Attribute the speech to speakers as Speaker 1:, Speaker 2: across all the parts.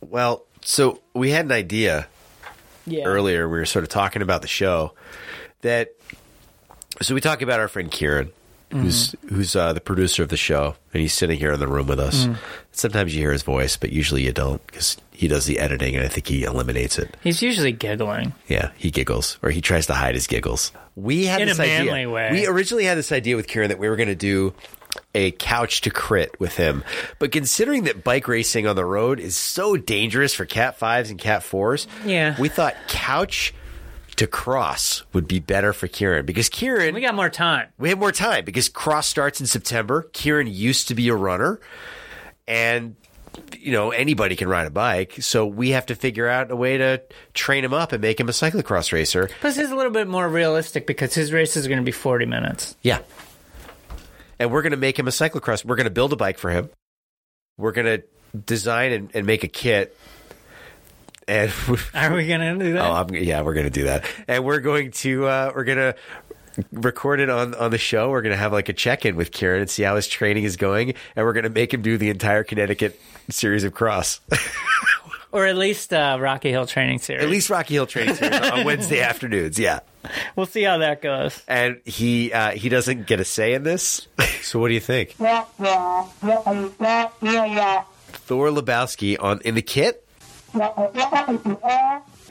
Speaker 1: Well, so we had an idea
Speaker 2: Yeah.
Speaker 1: earlier. We were sort of talking about the show that. So we talk about our friend Kieran, who's who's uh, the producer of the show, and he's sitting here in the room with us. Sometimes you hear his voice, but usually you don't because he does the editing, and I think he eliminates it.
Speaker 2: He's usually giggling.
Speaker 1: Yeah, he giggles, or he tries to hide his giggles. We had
Speaker 2: In a
Speaker 1: this idea.
Speaker 2: manly way.
Speaker 1: We originally had this idea with Kieran that we were going to do a couch to crit with him, but considering that bike racing on the road is so dangerous for Cat Fives and Cat Fours,
Speaker 2: Yeah.
Speaker 1: we thought couch to cross would be better for Kieran because Kieran
Speaker 2: We got more time.
Speaker 1: we have more time because cross starts in September. Kieran used to be a runner, and you know anybody can ride a bike. So we have to figure out a way to train him up and make him a cyclocross racer.
Speaker 2: Plus, he's a little bit more realistic because his races are going to be 40 minutes.
Speaker 1: Yeah, and we're going to make him a cyclocross. We're going to build a bike for him. We're going to design and, and make a kit, and
Speaker 2: Are we going to do that?
Speaker 1: Oh, I'm, yeah, we're gonna do that, and we're going to uh, we're gonna record it on on the show. We're gonna have like a check in with Kieran and see how his training is going, and we're gonna make him do the entire Connecticut series of cross,
Speaker 2: or at least uh, Rocky Hill Training Series.
Speaker 1: Oh. at least Rocky Hill training series on Wednesday afternoons. Yeah,
Speaker 2: We'll see how that goes.
Speaker 1: and he uh, he doesn't get a say in this. so what do you think, Thor Lebowski on in the kit?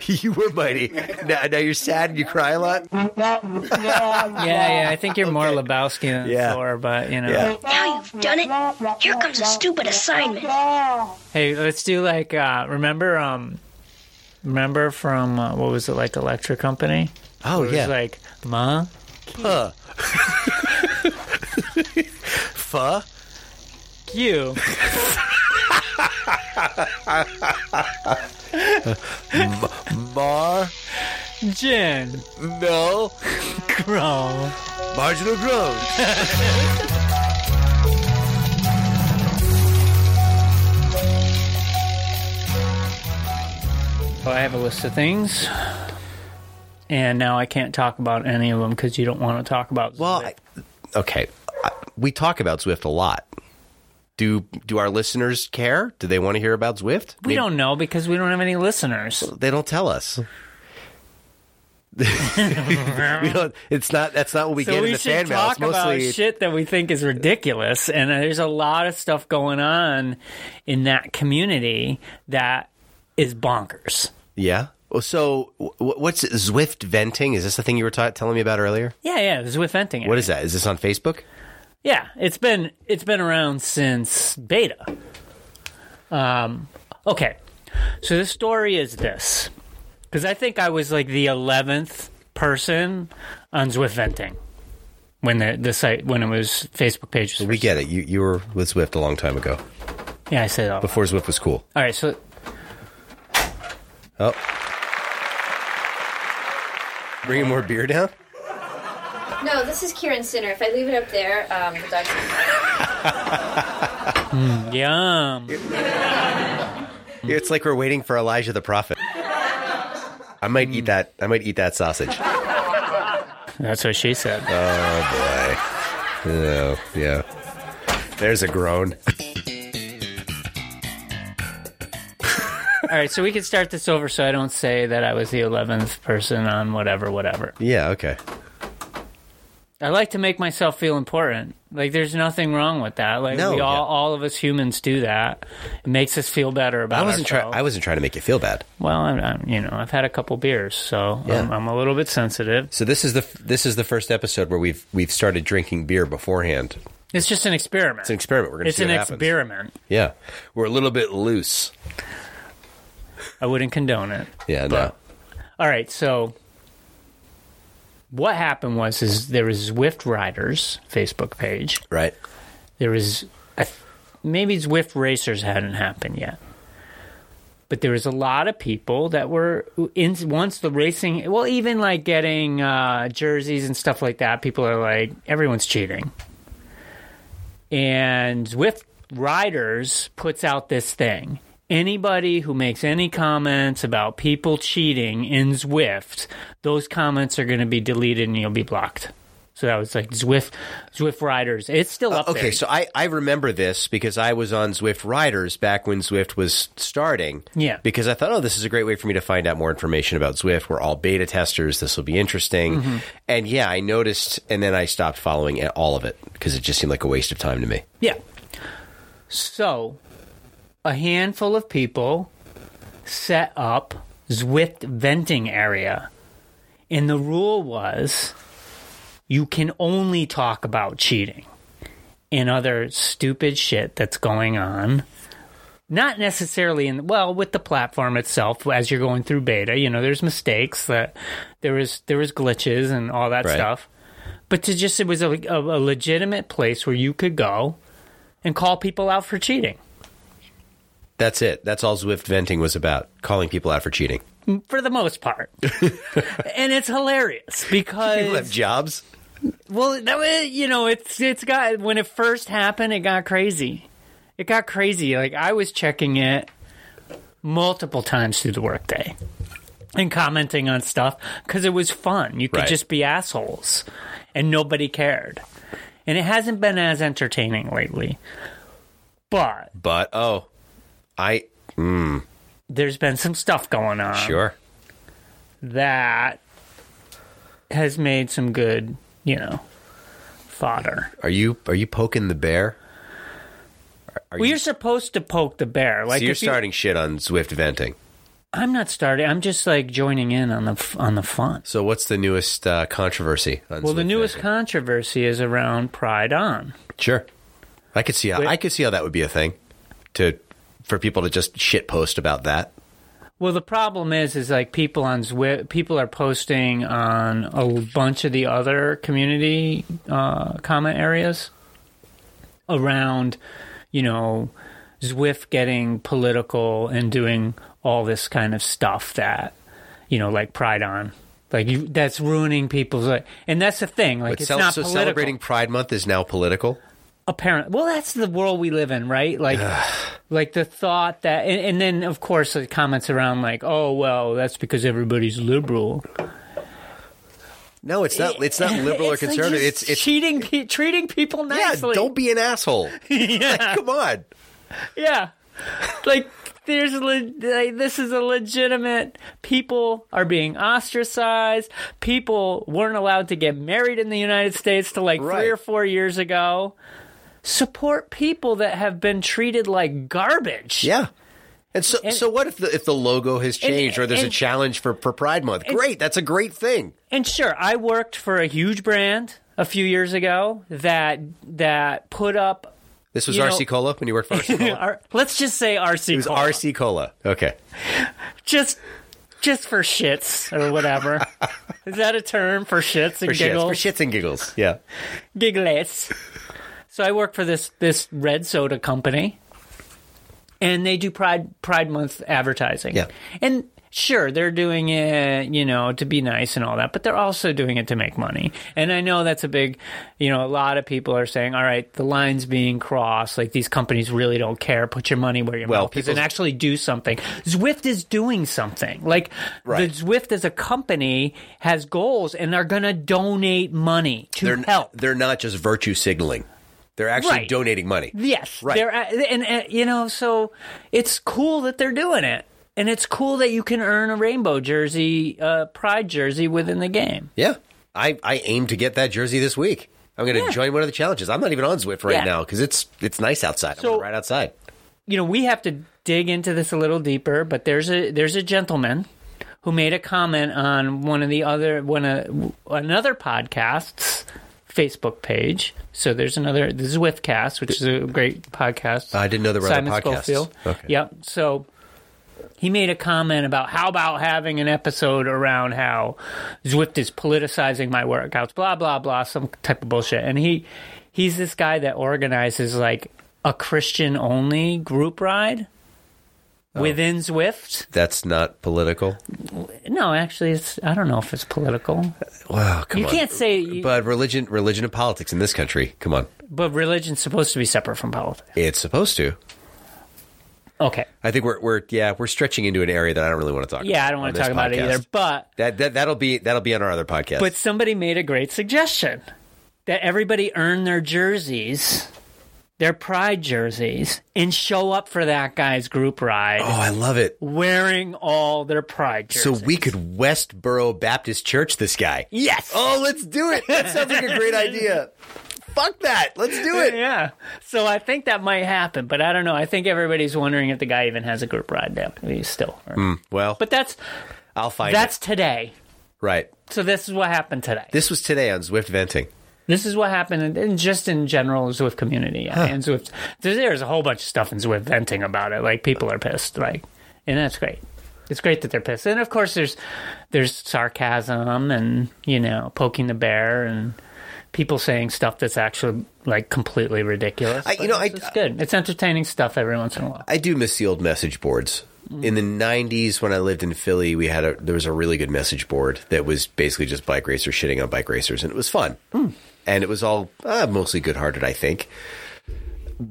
Speaker 1: You were mighty. Now, now you're sad and you cry a lot.
Speaker 2: Yeah, yeah. I think you're more Lebowski than
Speaker 1: Yeah.
Speaker 2: Thor, but you know.
Speaker 1: Yeah.
Speaker 3: Now you've done it. Here comes a stupid assignment.
Speaker 2: Hey, let's do like uh, remember um remember from uh, what was it like Electric Company?
Speaker 1: Oh
Speaker 2: It was
Speaker 1: yeah,
Speaker 2: like ma
Speaker 1: fuh.
Speaker 2: you.
Speaker 1: Mar,
Speaker 2: Jin
Speaker 1: no,
Speaker 2: Crow.
Speaker 1: marginal growth.
Speaker 2: Well, I have a list of things. And now I can't talk about any of them because you don't want to talk about.
Speaker 1: Well, I, okay, I, we talk about Zwift a lot. Do do our listeners care? Do they want to hear about Zwift?
Speaker 2: we don't know because we don't have any listeners.
Speaker 1: They don't tell us. we don't, it's not. That's not what we
Speaker 2: So
Speaker 1: get
Speaker 2: we
Speaker 1: in the
Speaker 2: should
Speaker 1: fan mail.
Speaker 2: talk
Speaker 1: It's mostly
Speaker 2: about shit that we think is ridiculous, and there's a lot of stuff going on in that community that is bonkers.
Speaker 1: yeah. Well, So wh- what's Zwift venting? Is this the thing you were ta- telling me about earlier?
Speaker 2: Yeah, yeah, this is with venting.
Speaker 1: What is that? Is this on Facebook?
Speaker 2: Yeah, it's been it's been around since beta. Um, okay, so the story is this because I think I was like the eleventh person on Zwift venting when the the site when it was Facebook pages.
Speaker 1: We get it. You you were with Zwift a long time ago
Speaker 2: Yeah, I said all.
Speaker 1: before Zwift was cool.
Speaker 2: All right, so
Speaker 1: Oh, bringing more beer down.
Speaker 4: No, this is Kieran Sinner. If I leave it up there, um, the dog's
Speaker 2: yum.
Speaker 1: It's like we're waiting for Elijah the prophet. I might eat that. I might eat that sausage.
Speaker 2: That's what she said.
Speaker 1: Oh, yeah. There's a groan.
Speaker 2: All right, so we can start this over so I don't say that I was the 11th person on whatever, whatever.
Speaker 1: Yeah, okay.
Speaker 2: I like to make myself feel important. Like, there's nothing wrong with that. Like,
Speaker 1: No,
Speaker 2: we all,
Speaker 1: yeah.
Speaker 2: all of us humans do that. It makes us feel better about
Speaker 1: I wasn't trying.
Speaker 2: ourselves.
Speaker 1: I wasn't trying to make you feel bad.
Speaker 2: well, I'm, I'm, you know, I've had a couple beers, so
Speaker 1: Yeah.
Speaker 2: I'm, I'm a little bit sensitive.
Speaker 1: So this is the f- this is the first episode where we've we've started drinking beer beforehand.
Speaker 2: It's just an experiment. It's
Speaker 1: An experiment. We're going to see
Speaker 2: an
Speaker 1: what happens.
Speaker 2: experiment.
Speaker 1: Yeah, we're a little bit loose.
Speaker 2: I wouldn't condone it.
Speaker 1: Yeah, no.
Speaker 2: But- All right, so what happened was is there was Zwift Riders Facebook page.
Speaker 1: Right.
Speaker 2: there was I th- maybe Zwift Racers hadn't happened yet, but there was a lot of people that were in once the racing. Well, even like getting uh, jerseys and stuff like that. People are like, everyone's cheating, and Zwift Riders puts out this thing. Anybody who makes any comments about people cheating in Zwift, those comments are going to be deleted and you'll be blocked. So that was like Zwift, Zwift Riders. It's still up
Speaker 1: Uh, Okay,
Speaker 2: there.
Speaker 1: so I, I remember this because I was on Zwift Riders back when Zwift was starting.
Speaker 2: Yeah.
Speaker 1: Because I thought, oh, this is a great way for me to find out more information about Zwift. We're all beta testers. This will be interesting.
Speaker 2: Mm-hmm.
Speaker 1: And yeah, I noticed, and then I stopped following all of it because it just seemed like a waste of time to me.
Speaker 2: Yeah. So, a handful of people set up Zwift venting area. And the rule was you can only talk about cheating and other stupid shit that's going on. Not necessarily in, well, with the platform itself as you're going through beta, you know, there's mistakes that there was, there was glitches and all that
Speaker 1: Right.
Speaker 2: stuff. But to just, it was a, a, a legitimate place where you could go and call people out for cheating
Speaker 1: That's it. That's all Zwift venting was about calling people out for cheating.
Speaker 2: for the most part. and it's hilarious
Speaker 1: People have
Speaker 2: because
Speaker 1: jobs.
Speaker 2: well, that was, you know, it's it's got when it first happened, it got crazy. It got crazy. Like I was checking it multiple times through the workday and commenting on stuff because it was fun. You could
Speaker 1: Right.
Speaker 2: just be assholes and nobody cared. And it hasn't been as entertaining lately. But
Speaker 1: But oh, I
Speaker 2: there's been some stuff going on.
Speaker 1: sure.
Speaker 2: that has made some good, you know, fodder.
Speaker 1: Are you are you poking the bear?
Speaker 2: Well, you're supposed to poke the bear. Like
Speaker 1: so you're
Speaker 2: if you-
Speaker 1: starting shit on Zwift venting.
Speaker 2: I'm not starting. I'm just like joining in on the f- on the fun.
Speaker 1: So what's the newest uh, controversy? On
Speaker 2: Well, the
Speaker 1: Zwift
Speaker 2: newest
Speaker 1: venting?
Speaker 2: controversy is around Pride On.
Speaker 1: Sure. I could see how I could see how that would be a thing to for people to just shit post about that.
Speaker 2: Well, the problem is, is like people on Zwi- people are posting on a bunch of the other community uh, comment areas around, you know, Zwift getting political and doing all this kind of stuff that, you know, like Pride on, like you, that's ruining people's, like, and that's the thing, like
Speaker 1: But
Speaker 2: it's
Speaker 1: cel-
Speaker 2: not
Speaker 1: so
Speaker 2: political.
Speaker 1: celebrating Pride Month is now political.
Speaker 2: Apparent. Well, that's the world we live in, right? Like, like the thought that, and, and then of course the comments around like, oh well, that's because everybody's liberal.
Speaker 1: No, it's not. It's not liberal
Speaker 2: It's
Speaker 1: or
Speaker 2: like
Speaker 1: conservative.
Speaker 2: just
Speaker 1: it's it's
Speaker 2: cheating, pe- treating people
Speaker 1: yeah.
Speaker 2: nicely.
Speaker 1: Don't be an asshole. Like, come on.
Speaker 2: Yeah. like there's le- like, this is a legitimate people are being ostracized. People weren't allowed to get married in the United States till like 3
Speaker 1: Right.
Speaker 2: or 4 years ago. Support people that have been treated like garbage.
Speaker 1: Yeah. And so, so what if the if the logo has changed or there's a
Speaker 2: and-
Speaker 1: challenge for, for Pride Month? Great, that's a great thing.
Speaker 2: And sure, I worked for a huge brand a few years ago that that put up
Speaker 1: This was
Speaker 2: You know-
Speaker 1: RC Cola when you worked for RC Cola.
Speaker 2: our, let's just say RC
Speaker 1: It was RC Cola. Okay,
Speaker 2: just just for shits or whatever. Is that a term for shits and
Speaker 1: for shits,
Speaker 2: giggles?
Speaker 1: for shits and giggles. Yeah,
Speaker 2: Giggles. So I work for this this red soda company, and they do Pride Pride Month advertising.
Speaker 1: Yeah.
Speaker 2: and sure they're doing it, you know, to be nice and all that, but they're also doing it to make money. And I know that's a big, you know, a lot of people are saying, "All right, the lines being crossed. Like these companies really don't care. Put your money where your
Speaker 1: Well,
Speaker 2: mouth is and
Speaker 1: people's-
Speaker 2: actually do something." Zwift is doing something. Like
Speaker 1: Right.
Speaker 2: the Zwift as a company has goals and are going to donate money to
Speaker 1: they're
Speaker 2: help.
Speaker 1: they're not just virtue signaling; they're actually
Speaker 2: Right.
Speaker 1: donating money.
Speaker 2: Yes,
Speaker 1: Right.
Speaker 2: They're at, and, and you know, so it's cool that they're doing it, and it's cool that you can earn a rainbow jersey, uh, pride jersey within the game.
Speaker 1: Yeah. I, I aim to get that jersey this week. I'm going to join one of the challenges. I'm not even on Zwift right
Speaker 2: Yeah.
Speaker 1: now because it's it's nice outside.
Speaker 2: So-
Speaker 1: I'm right outside.
Speaker 2: You know, we have to dig into this a little deeper, but there's a there's a gentleman who made a comment on one of the other one of another podcast's Facebook page. So there's another the Zwiftcast, which is a great podcast.
Speaker 1: I didn't know there were
Speaker 2: Simon
Speaker 1: other podcasts.
Speaker 2: Schofield.
Speaker 1: Okay.
Speaker 2: Yep. So he made a comment about how about having an episode around how Zwift is politicizing my workouts, blah blah blah, some type of bullshit. And he he's this guy that organizes like a Christian only group ride
Speaker 1: Oh.
Speaker 2: within Zwift.
Speaker 1: That's not political.
Speaker 2: No, actually, it's I don't know if it's political,
Speaker 1: Wow, come
Speaker 2: You
Speaker 1: on.
Speaker 2: can't say you-
Speaker 1: But religion religion and politics in this country, come on.
Speaker 2: but religion's supposed to be separate from politics.
Speaker 1: It's supposed to.
Speaker 2: Okay,
Speaker 1: I think we're we're yeah, we're stretching into an area that I don't really want to talk about.
Speaker 2: yeah, I don't
Speaker 1: on
Speaker 2: want to
Speaker 1: this
Speaker 2: talk about it
Speaker 1: podcast.
Speaker 2: either, but
Speaker 1: That, that that'll be that'll be on our other podcast.
Speaker 2: but somebody made a great suggestion. that everybody earn their jerseys, their pride jerseys, and show up for that guy's group ride
Speaker 1: Oh, I love it.
Speaker 2: wearing all their pride
Speaker 1: So
Speaker 2: jerseys.
Speaker 1: we could Westboro Baptist Church this guy.
Speaker 2: yes.
Speaker 1: Oh, let's do it. That sounds like a great idea. Fuck that. Let's do it.
Speaker 2: Oh, Yeah. So I think that might happen, but I don't know. I think everybody's wondering if the guy even has a group ride now. He's still.
Speaker 1: Well,
Speaker 2: But that's
Speaker 1: I'll find
Speaker 2: that's today.
Speaker 1: it. Right.
Speaker 2: So this is what happened today.
Speaker 1: This was today on Zwift Venting.
Speaker 2: This is what happened, in, in just in general, Zwift community yeah, and Zwift. There's, there's a whole bunch of stuff in Zwift venting about it. Like people are pissed, like, and that's great. It's great that they're pissed, and of course there's there's sarcasm and you know poking the bear and people saying stuff that's actually like completely ridiculous.
Speaker 1: I- you
Speaker 2: But
Speaker 1: know, I-
Speaker 2: it's, it's good. It's entertaining stuff every once in a while.
Speaker 1: I do miss the old message boards. In the '90s, when I lived in Philly, we had a there was a really good message board that was basically just bike racers shitting on bike racers, and it was fun. And it was all uh, mostly good-hearted, I think.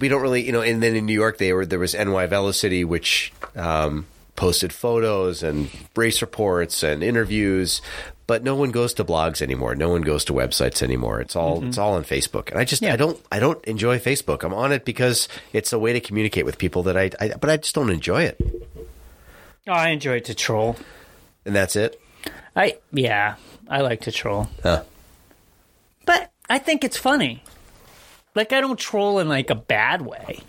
Speaker 1: We don't really, you know. And then in New York, they were there was NY Velocity, which um, posted photos and race reports and interviews. But no one goes to blogs anymore. No one goes to websites anymore. It's all it's all on Facebook, and I just I don't I don't enjoy Facebook. I'm on it because it's a way to communicate with people that I, I but I just don't enjoy it,
Speaker 2: Oh, I enjoy to troll.
Speaker 1: and that's it.
Speaker 2: I yeah, I like to troll.
Speaker 1: Huh.
Speaker 2: But I think it's funny. Like I don't troll in like a bad way.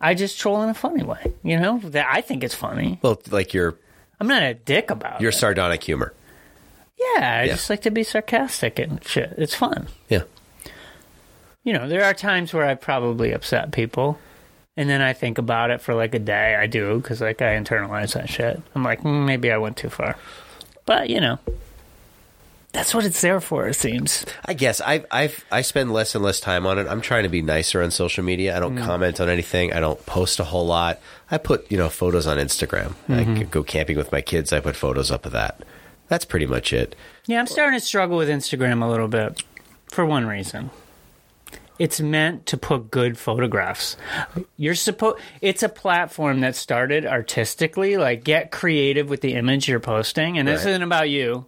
Speaker 2: I just troll in a funny way, you know. That I think it's funny.
Speaker 1: Well, like your
Speaker 2: I'm not a dick about
Speaker 1: your
Speaker 2: it.
Speaker 1: sardonic humor.
Speaker 2: Yeah, I just like to be sarcastic and shit. It's fun.
Speaker 1: Yeah,
Speaker 2: You know, there are times where I probably upset people, and then I think about it for like a day. I do because like I internalize that shit. I'm like, mm, maybe I went too far, but you know, that's what it's there for. It seems.
Speaker 1: I guess I I've I spend less and less time on it. I'm trying to be nicer on social media. I don't
Speaker 2: Mm.
Speaker 1: comment on anything. I don't post a whole lot. I put you know photos on Instagram.
Speaker 2: Mm-hmm.
Speaker 1: I go camping with my kids. I put photos up of that. That's pretty much it.
Speaker 2: Yeah, I'm starting to struggle with Instagram a little bit for one reason. It's meant to put good photographs. You're supposed it's a platform that started artistically, like get creative with the image you're posting and this
Speaker 1: Right.
Speaker 2: isn't about you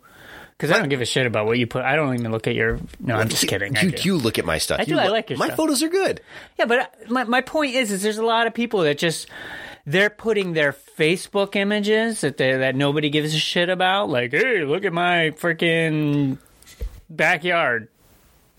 Speaker 2: cuz I don't give a shit about what you put. I don't even look at your No, I'm just
Speaker 1: You-
Speaker 2: kidding.
Speaker 1: You,
Speaker 2: I do.
Speaker 1: you look at my stuff.
Speaker 2: I do,
Speaker 1: You
Speaker 2: I
Speaker 1: lo-
Speaker 2: like your
Speaker 1: my
Speaker 2: stuff.
Speaker 1: photos are good.
Speaker 2: Yeah, but my my point is is there's a lot of people that just they're putting their Facebook images that they that nobody gives a shit about. Like, hey, look at my freaking backyard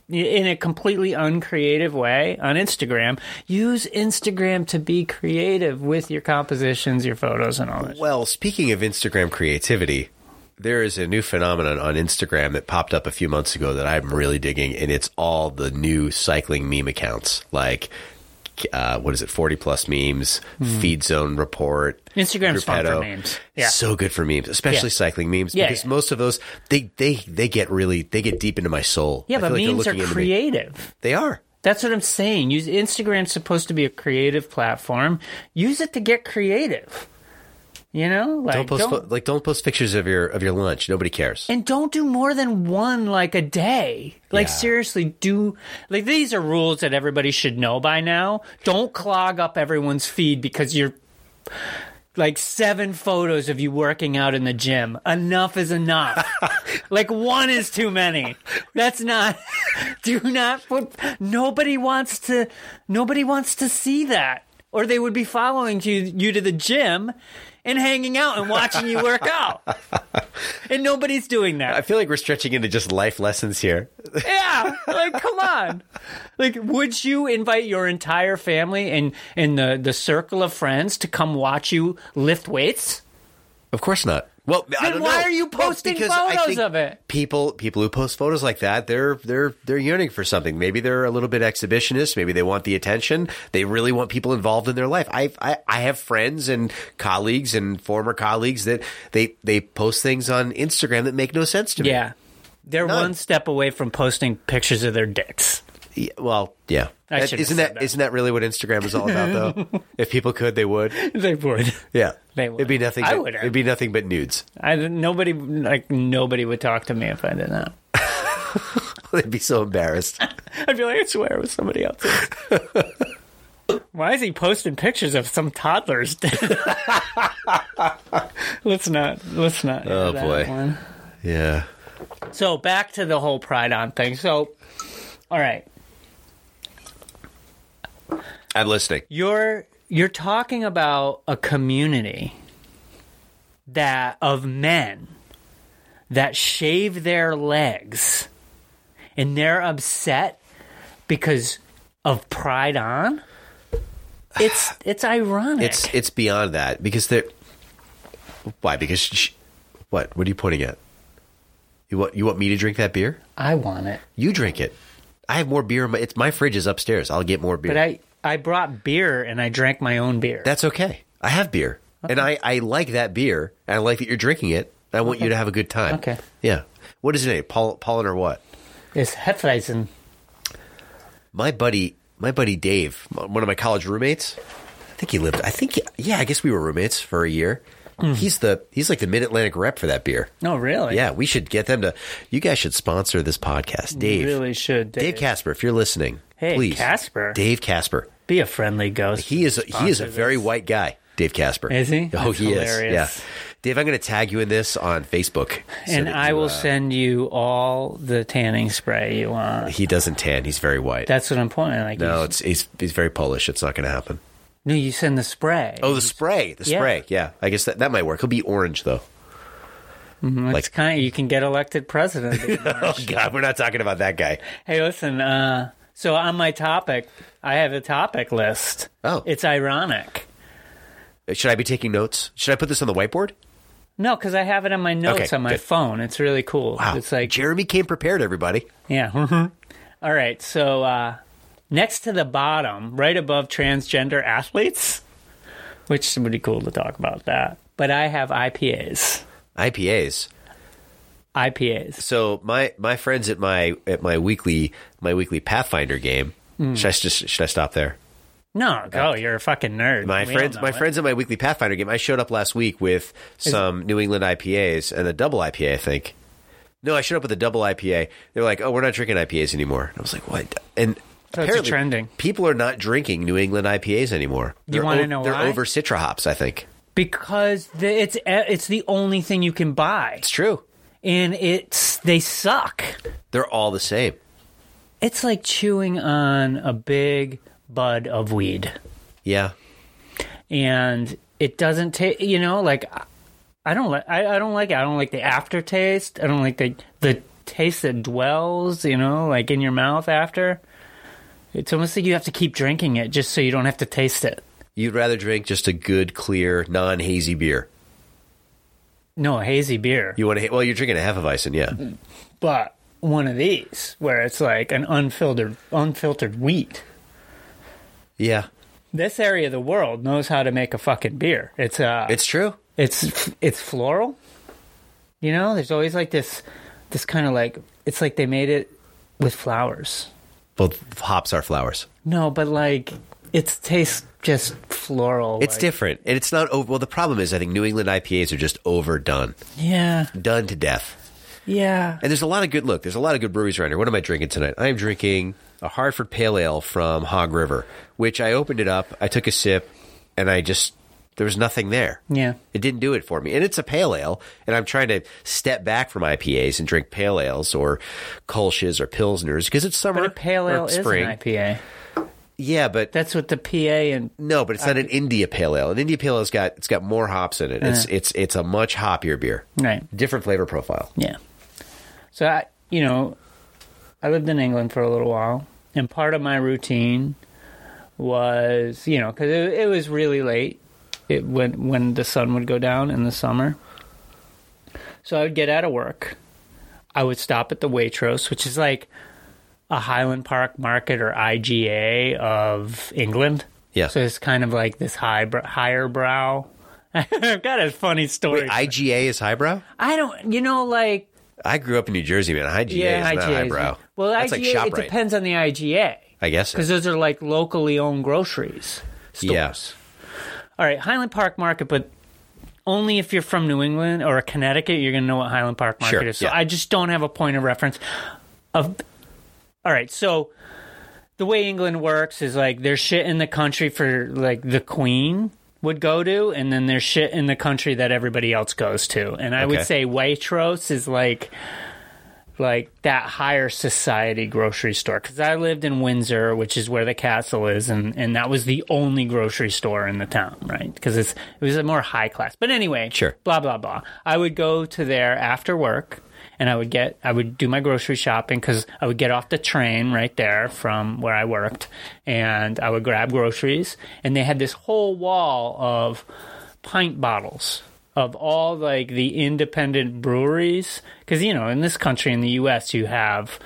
Speaker 2: in a completely uncreative way on Instagram. Use Instagram to be creative with your compositions, your photos, and all that.
Speaker 1: Well, speaking of Instagram creativity, there is a new phenomenon on Instagram that popped up a few months ago that I'm really digging, and it's all the new cycling meme accounts like. Uh, what is it? Forty plus memes, feed zone report.
Speaker 2: Instagram's fun for
Speaker 1: Gruppetto.
Speaker 2: Hmm. memes. Yeah.
Speaker 1: so good for memes, especially
Speaker 2: Yeah.
Speaker 1: cycling memes.
Speaker 2: Yeah,
Speaker 1: because
Speaker 2: yeah.
Speaker 1: most of those they they they get really they get deep into my soul.
Speaker 2: Yeah,
Speaker 1: I feel
Speaker 2: but
Speaker 1: like they're
Speaker 2: memes are
Speaker 1: looking into me.
Speaker 2: creative.
Speaker 1: They are.
Speaker 2: That's what I'm saying. Use Instagram's supposed to be a creative platform. Use it to get creative. You know, like
Speaker 1: Don't post
Speaker 2: don't-
Speaker 1: fo- like don't post pictures of your of your lunch. Nobody cares.
Speaker 2: and don't do more than one like a day. Like
Speaker 1: Yeah.
Speaker 2: seriously, do like these are rules that everybody should know by now. Don't clog up everyone's feed because you're like seven photos of you working out in the gym. Enough is enough. like one is too many. That's not do not put nobody wants to nobody wants to see that. Or they would be following you you to the gym and hanging out and watching you work out. and nobody's doing that.
Speaker 1: I feel like we're stretching into just life lessons here.
Speaker 2: Yeah, like come on. Like, would you invite your entire family and and the the circle of friends to come watch you lift weights?
Speaker 1: Of course not. Well, I
Speaker 2: Then
Speaker 1: don't
Speaker 2: why
Speaker 1: know.
Speaker 2: are you posting
Speaker 1: because I
Speaker 2: photos
Speaker 1: think
Speaker 2: of it?
Speaker 1: People, people who post photos like that, they're they're they're yearning for something. Maybe they're a little bit exhibitionist. Maybe they want the attention. They really want people involved in their life. I I, I have friends and colleagues and former colleagues that they they post things on Instagram that make no sense to me.
Speaker 2: Yeah, they're
Speaker 1: None.
Speaker 2: one step away from posting pictures of their dicks.
Speaker 1: Yeah, Well, yeah.
Speaker 2: I
Speaker 1: That-
Speaker 2: shouldn't
Speaker 1: isn't
Speaker 2: have
Speaker 1: that,
Speaker 2: said that.
Speaker 1: isn't that really what Instagram is all about though? if people could, they would.
Speaker 2: They would.
Speaker 1: Yeah.
Speaker 2: They would.
Speaker 1: It'd be nothing.
Speaker 2: I
Speaker 1: but-
Speaker 2: would have.
Speaker 1: It'd be nothing but nudes.
Speaker 2: I nobody like nobody would talk to me if I did not.
Speaker 1: They'd be so embarrassed.
Speaker 2: I'd be like, I swear it was somebody else. Why is he posting pictures of some toddlers? let's not. Let's not.
Speaker 1: Oh,
Speaker 2: that
Speaker 1: boy.
Speaker 2: one.
Speaker 1: Yeah.
Speaker 2: So back to the whole Pride on thing. So, all right,
Speaker 1: I'm listening.
Speaker 2: you're you're talking about a community that of men that shave their legs, and they're upset because of Pride on. It's it's ironic.
Speaker 1: It's it's beyond that because they're why because sh what what are you pointing at? You want you want me to drink that beer?
Speaker 2: I want it,
Speaker 1: You drink it. I have more beer. In my, it's my fridge is upstairs. I'll get more beer.
Speaker 2: but I I brought beer and I drank my own beer.
Speaker 1: That's okay. I have beer, and I I like that beer, and I like that you're drinking it. I want you to have a good time.
Speaker 2: Okay.
Speaker 1: Yeah. What is it? name? Paul, Paulin or what?
Speaker 2: It's Hefeisen.
Speaker 1: my buddy, my buddy Dave, m- one of my college roommates. I think he lived. I think yeah. I guess we were roommates for a year.
Speaker 2: Hmm.
Speaker 1: He's the he's like the Mid Atlantic rep for that beer.
Speaker 2: No, really.
Speaker 1: Yeah, we should get them to. You guys should sponsor this podcast, Dave.
Speaker 2: really should.
Speaker 1: Dave Casper, if you're listening,
Speaker 2: Hey,
Speaker 1: please,
Speaker 2: Casper.
Speaker 1: Dave Casper.
Speaker 2: Be a friendly ghost.
Speaker 1: He is he is a very
Speaker 2: this.
Speaker 1: white guy. Dave Casper.
Speaker 2: Is he?
Speaker 1: Oh,
Speaker 2: That's
Speaker 1: he is.
Speaker 2: hilarious.
Speaker 1: Yeah. Dave, I'm going to tag you in this on Facebook. so
Speaker 2: and
Speaker 1: that
Speaker 2: I
Speaker 1: you,
Speaker 2: will
Speaker 1: uh,
Speaker 2: send you all the tanning spray you want.
Speaker 1: He doesn't tan. He's very white.
Speaker 2: That's what I'm pointing. Like, you,
Speaker 1: no, it's he's he's very Polish. It's not going to happen.
Speaker 2: no, you send the spray.
Speaker 1: Oh, the spray, the
Speaker 2: Yeah.
Speaker 1: spray. Yeah, I guess that, that might work. He'll be orange though.
Speaker 2: it's kind of you can get elected president. in
Speaker 1: Oh
Speaker 2: March.
Speaker 1: God, we're not talking about that guy.
Speaker 2: hey, listen. Uh, so on my topic, I have a topic list.
Speaker 1: Oh.
Speaker 2: it's ironic.
Speaker 1: Should I be taking notes? Should I put this on the whiteboard?
Speaker 2: No, because I have it on my notes
Speaker 1: Okay,
Speaker 2: on my
Speaker 1: good.
Speaker 2: phone. It's really cool.
Speaker 1: Wow, mm-hmm.
Speaker 2: It's like
Speaker 1: Jeremy came prepared. Everybody,
Speaker 2: Yeah. All right. So uh, next to the bottom, right above transgender athletes, which would be cool to talk about that. But I have IPAs.
Speaker 1: IPAs.
Speaker 2: IPAs.
Speaker 1: So my my friends at my at my weekly my weekly Pathfinder game.
Speaker 2: Hmm.
Speaker 1: Should I just should I stop there?
Speaker 2: No, go. You're a fucking nerd.
Speaker 1: Oh. My
Speaker 2: We all
Speaker 1: friends
Speaker 2: know
Speaker 1: my
Speaker 2: it.
Speaker 1: friends at my weekly Pathfinder game. I showed up last week with some New England IPAs and a double IPA. I think. No, I showed up with a double IPA. They were like, "Oh, we're not drinking IPAs anymore." And I was like, "What?" And
Speaker 2: So it's
Speaker 1: apparently,
Speaker 2: trending.
Speaker 1: people are not drinking New England IPAs anymore.
Speaker 2: You
Speaker 1: They're
Speaker 2: wanna
Speaker 1: o-
Speaker 2: know
Speaker 1: They're
Speaker 2: why?
Speaker 1: over Citra hops. I think
Speaker 2: because the, it's it's the only thing you can buy,
Speaker 1: it's true.
Speaker 2: and it's they suck.
Speaker 1: They're all the same.
Speaker 2: It's like chewing on a big bud of weed.
Speaker 1: Yeah,
Speaker 2: and it doesn't taste. You know, like I- I don't like. I, I don't like. It. I don't like the aftertaste. I don't like the the taste that dwells. You know, like in your mouth after. It's almost like you have to keep drinking it just so you don't have to taste it.
Speaker 1: you'd rather drink just a good, clear, non-hazy beer.
Speaker 2: No, a hazy beer,
Speaker 1: You want to? Well, you're drinking a Hefeweizen, yeah.
Speaker 2: Mm. but one of these where it's like an unfiltered unfiltered wheat.
Speaker 1: Yeah,
Speaker 2: This area of the world knows how to make a fucking beer. It's uh
Speaker 1: it's true.
Speaker 2: it's it's floral. You know, there's always like this this kind of like it's like they made it with flowers.
Speaker 1: Well, hops are flowers.
Speaker 2: No, but like it's tastes just floral.
Speaker 1: It's
Speaker 2: like-
Speaker 1: different, and it's not. Over, well, the problem is, I think New England IPAs are just overdone,
Speaker 2: Yeah,
Speaker 1: done to death.
Speaker 2: yeah.
Speaker 1: And there's a lot of good look. There's a lot of good breweries around here. What am I drinking tonight? I am drinking a Hartford Pale Ale from Hog River, which I opened it up. I took a sip, and I just there was nothing there.
Speaker 2: Yeah.
Speaker 1: it didn't do it for me. And it's a pale ale, and I'm trying to step back from IPAs and drink pale ales or Kolsch's or Pilsners because it's summer
Speaker 2: But a pale
Speaker 1: or
Speaker 2: ale is an
Speaker 1: spring.
Speaker 2: IPA.
Speaker 1: Yeah, but
Speaker 2: That's what the PA and
Speaker 1: no, but it's not an India pale ale. An India pale ale's got it's got more hops in it. It's it's it's a much hoppier beer,
Speaker 2: Uh-huh. right.
Speaker 1: different flavor profile.
Speaker 2: Yeah. So I, you know, I lived in England for a little while, and part of my routine was, you know, because it, it was really late. It when when the sun would go down in the summer. So I would get out of work. I would stop at the Waitrose, which is like a Highland Park Market or IGA of England.
Speaker 1: Yeah.
Speaker 2: So it's kind of like this high br- higher brow. I've got a funny story.
Speaker 1: Wait, IGA is highbrow.
Speaker 2: I don't, you know, like
Speaker 1: I grew up in New Jersey, man. IGA
Speaker 2: yeah,
Speaker 1: is not
Speaker 2: IGA.
Speaker 1: highbrow.
Speaker 2: Well,
Speaker 1: that's
Speaker 2: IGA,
Speaker 1: like
Speaker 2: it
Speaker 1: ShopRite,
Speaker 2: depends on the IGA
Speaker 1: I guess.
Speaker 2: because those are like locally owned groceries. Stores.
Speaker 1: Yes.
Speaker 2: All right, Highland Park Market, but only if you're from New England or Connecticut, you're going to know what Highland Park Market
Speaker 1: Sure,
Speaker 2: is. So
Speaker 1: yeah.
Speaker 2: I just don't have a point of reference. Of all right, so the way England works is like there's shit in the country for like the Queen would go to, and then there's shit in the country that everybody else goes to. And I
Speaker 1: Okay.
Speaker 2: would say Waitrose is like like that higher society grocery store because I lived in Windsor, which is where the castle is, and and that was the only grocery store in the town, right? Because it's it was a more high class. But anyway,
Speaker 1: Sure.
Speaker 2: blah blah blah. I would go to there after work. And I would get, I would do my grocery shopping because I would get off the train right there from where I worked, and I would grab groceries. And they had this whole wall of pint bottles of all like the independent breweries because you know in this country in the U.S. you have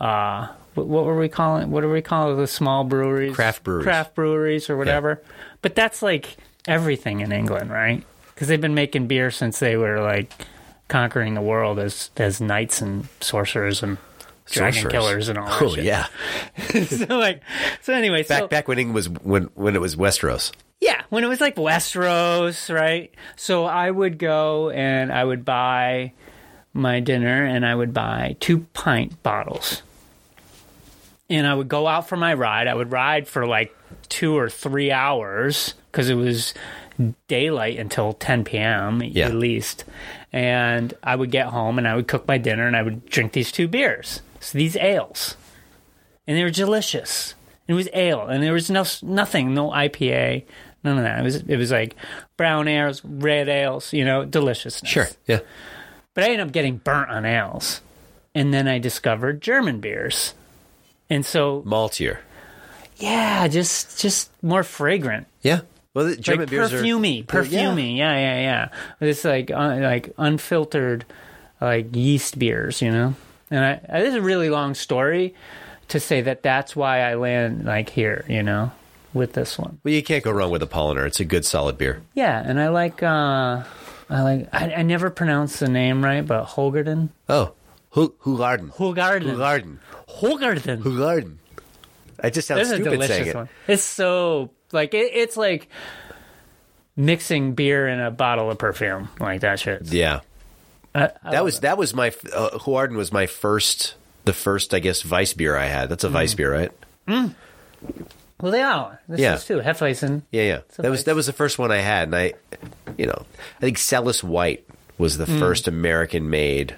Speaker 2: uh, what, what were we calling what are we calling the small breweries
Speaker 1: Craft breweries.
Speaker 2: craft breweries or whatever but that's like everything in England right because they've been making beer since they were like conquering the world as as knights and sorcerers and dragon
Speaker 1: Sorcerers.
Speaker 2: killers and all that
Speaker 1: Oh
Speaker 2: shit.
Speaker 1: yeah,
Speaker 2: so like so anyway
Speaker 1: back
Speaker 2: so,
Speaker 1: back when England was when when it was Westeros.
Speaker 2: yeah, when it was like Westeros, right? So I would go and I would buy my dinner and I would buy two pint bottles. And I would go out for my ride. I would ride for like two or three hours because it was daylight until 10 p.m.
Speaker 1: Yeah.
Speaker 2: at least. And I would get home and I would cook my dinner and I would drink these two beers. So these ales and they were delicious. It was ale, and there was no nothing, no IPA, none of that. It was it was like brown ales, red ales, you know, deliciousness.
Speaker 1: Yeah.
Speaker 2: But I ended up getting burnt on ales, and then I discovered German beers, and
Speaker 1: Mm.
Speaker 2: so
Speaker 1: Maltier.
Speaker 2: yeah, just just more fragrant,
Speaker 1: Yeah. Well, the German
Speaker 2: like
Speaker 1: beers are
Speaker 2: perfumey,
Speaker 1: they're- yeah.
Speaker 2: perfumey, yeah, yeah, yeah. This like un, like unfiltered like yeast beers, you know. And I, I, this is a really long story to say that that's why I land like here, you know, with this one.
Speaker 1: Well, you can't go wrong with a Polliner. It's a good solid beer.
Speaker 2: Yeah, and I like uh I like I, I never pronounce the name right, but Holgerden,
Speaker 1: Oh, Hu- Hularden.
Speaker 2: Holgarden,
Speaker 1: Hularden.
Speaker 2: Holgarden.
Speaker 1: Hularden. I just sound
Speaker 2: This is a
Speaker 1: stupid saying
Speaker 2: delicious
Speaker 1: it.
Speaker 2: one. It's so like it, it's like mixing beer in a bottle of perfume like that shit.
Speaker 1: Yeah.
Speaker 2: I- I
Speaker 1: that was that was my f- uh, Huarden was my first the first I guess vice beer I had. That's a
Speaker 2: Mm.
Speaker 1: vice beer, right?
Speaker 2: Well, they all. This
Speaker 1: Yeah.
Speaker 2: is too. Hefeweizen.
Speaker 1: Yeah, yeah.
Speaker 2: a
Speaker 1: that was
Speaker 2: vice.
Speaker 1: that was the first one I had, and I, you know, I think Celis White was
Speaker 2: Mm.
Speaker 1: the first American made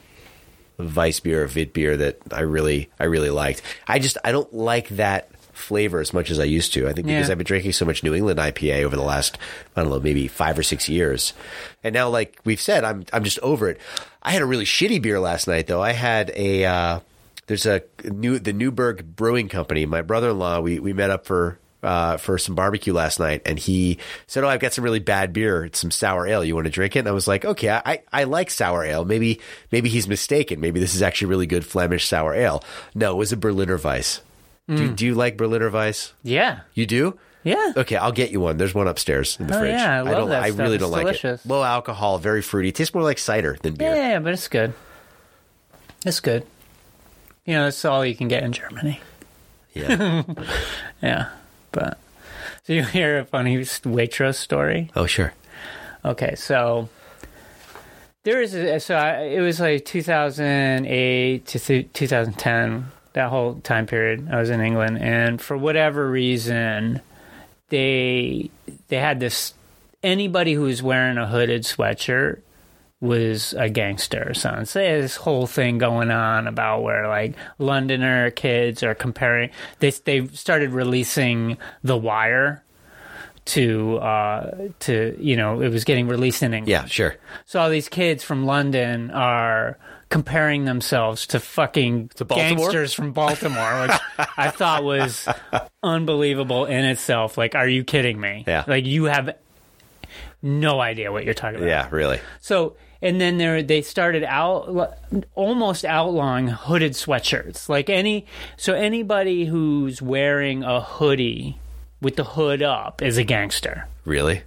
Speaker 1: vice beer or vit beer that I really I really liked. I just I don't like that flavor as much as I used to. I think because
Speaker 2: Yeah.
Speaker 1: I've been drinking so much New England IPA over the last I don't know maybe five or six years, and now like we've said, I'm I'm just over it. I had a really shitty beer last night though. I had a. Uh, there's a new the Newberg Brewing Company. My brother-in-law, we we met up for uh, for some barbecue last night, and he said, "Oh, I've got some really bad beer. It's some sour ale. You want to drink it?" And I was like, "Okay, I, I like sour ale. Maybe maybe he's mistaken. Maybe this is actually really good Flemish sour ale." No, it was a Berliner Weiss. Do,
Speaker 2: Mm.
Speaker 1: do you like Berliner Weiss?
Speaker 2: Yeah.
Speaker 1: You do?
Speaker 2: Yeah.
Speaker 1: Okay, I'll get you one. There's one upstairs in the
Speaker 2: Oh,
Speaker 1: fridge.
Speaker 2: yeah, I love
Speaker 1: don't.
Speaker 2: that
Speaker 1: I
Speaker 2: stuff.
Speaker 1: really
Speaker 2: It's
Speaker 1: don't
Speaker 2: delicious.
Speaker 1: like it. Low alcohol, very fruity. It tastes more like cider than beer.
Speaker 2: Yeah, yeah, but it's good. It's good. You know, that's all you can get in Germany.
Speaker 1: Yeah.
Speaker 2: Yeah, but so you hear a funny waitress story?
Speaker 1: oh sure.
Speaker 2: Okay, so there is a, so I, it was like 2008 to th- 2010 that whole time period I was in England and for whatever reason they they had this anybody who was wearing a hooded sweatshirt was a gangster or something. So they had this whole thing going on about where like Londoner kids are comparing they they started releasing The Wire to uh to you know it was getting released in England.
Speaker 1: Yeah. Sure.
Speaker 2: So all these kids from London are comparing themselves to fucking
Speaker 1: Baltimore?
Speaker 2: gangsters from Baltimore, which I thought was unbelievable in itself. Like, are you kidding me?
Speaker 1: Yeah.
Speaker 2: Like you have no idea what you're talking about.
Speaker 1: Yeah. Really.
Speaker 2: So and then there they started out almost outlawing hooded sweatshirts. Like any so anybody who's wearing a hoodie with the hood up is a gangster.
Speaker 1: Really?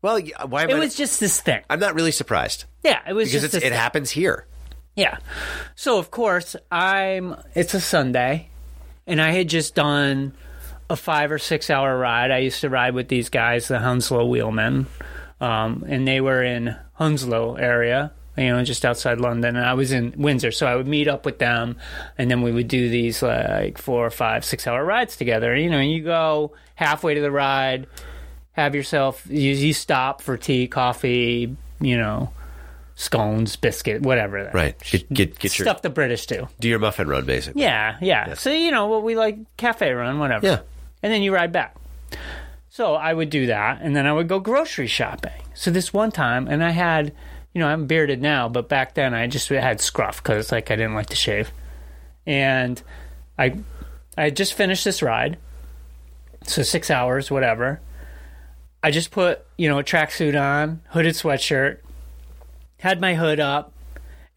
Speaker 1: Well, y- why am
Speaker 2: It
Speaker 1: I?
Speaker 2: was just this thing.
Speaker 1: I'm not really surprised
Speaker 2: Yeah, it was
Speaker 1: because
Speaker 2: just
Speaker 1: it's,
Speaker 2: this
Speaker 1: it
Speaker 2: thing.
Speaker 1: happens here.
Speaker 2: Yeah. So of course I'm it's a Sunday and I had just done a five or six hour ride. I used to ride with these guys, the Hounslow Wheelmen. Um, and they were in Hounslow area, you know, just outside London. And I was in Windsor. So I would meet up with them and then we would do these like four or five, six hour rides together. You know, you go halfway to the ride, have yourself, you, you stop for tea, coffee, you know, scones, biscuit, whatever.
Speaker 1: Right. Get get, get your
Speaker 2: Stuff the British do.
Speaker 1: do your muffin run basically.
Speaker 2: Yeah, yeah. So you know what we like cafe run, whatever.
Speaker 1: Yeah.
Speaker 2: And then you ride back. So I would do that, and then I would go grocery shopping. So this one time, and I had, you know, I'm bearded now, but back then I just had scruff because like I didn't like to shave, and I, I had just finished this ride, so six hours, whatever. I just put you know a tracksuit on, hooded sweatshirt, had my hood up,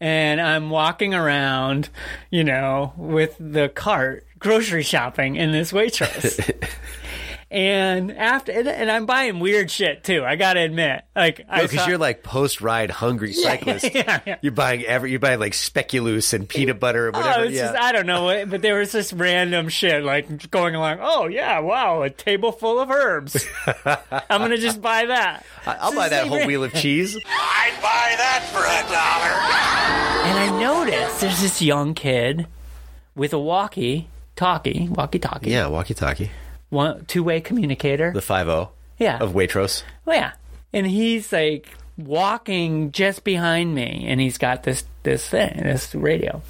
Speaker 2: and I'm walking around, you know, with the cart grocery shopping in this Waitrose. and after and, and I'm buying weird shit too. I got to admit. Like I
Speaker 1: Because
Speaker 2: saw-
Speaker 1: you're like post ride hungry cyclist.
Speaker 2: yeah, yeah.
Speaker 1: You're buying every you're buying like speculoos and peanut butter and whatever.
Speaker 2: Oh, it's
Speaker 1: yeah.
Speaker 2: just I don't know, what- but there was this random shit like going along. Oh yeah, wow, a table full of herbs. I'm gonna just buy that.
Speaker 1: I'll buy that whole wheel of cheese.
Speaker 5: I'd buy that for a dollar.
Speaker 2: And I noticed there's this young kid with a walkie talkie, walkie talkie,
Speaker 1: Yeah, walkie talkie.
Speaker 2: one two way communicator.
Speaker 1: The five O
Speaker 2: yeah.
Speaker 1: of Waitrose.
Speaker 2: Well, yeah. And he's like walking just behind me, and he's got this this thing, this radio.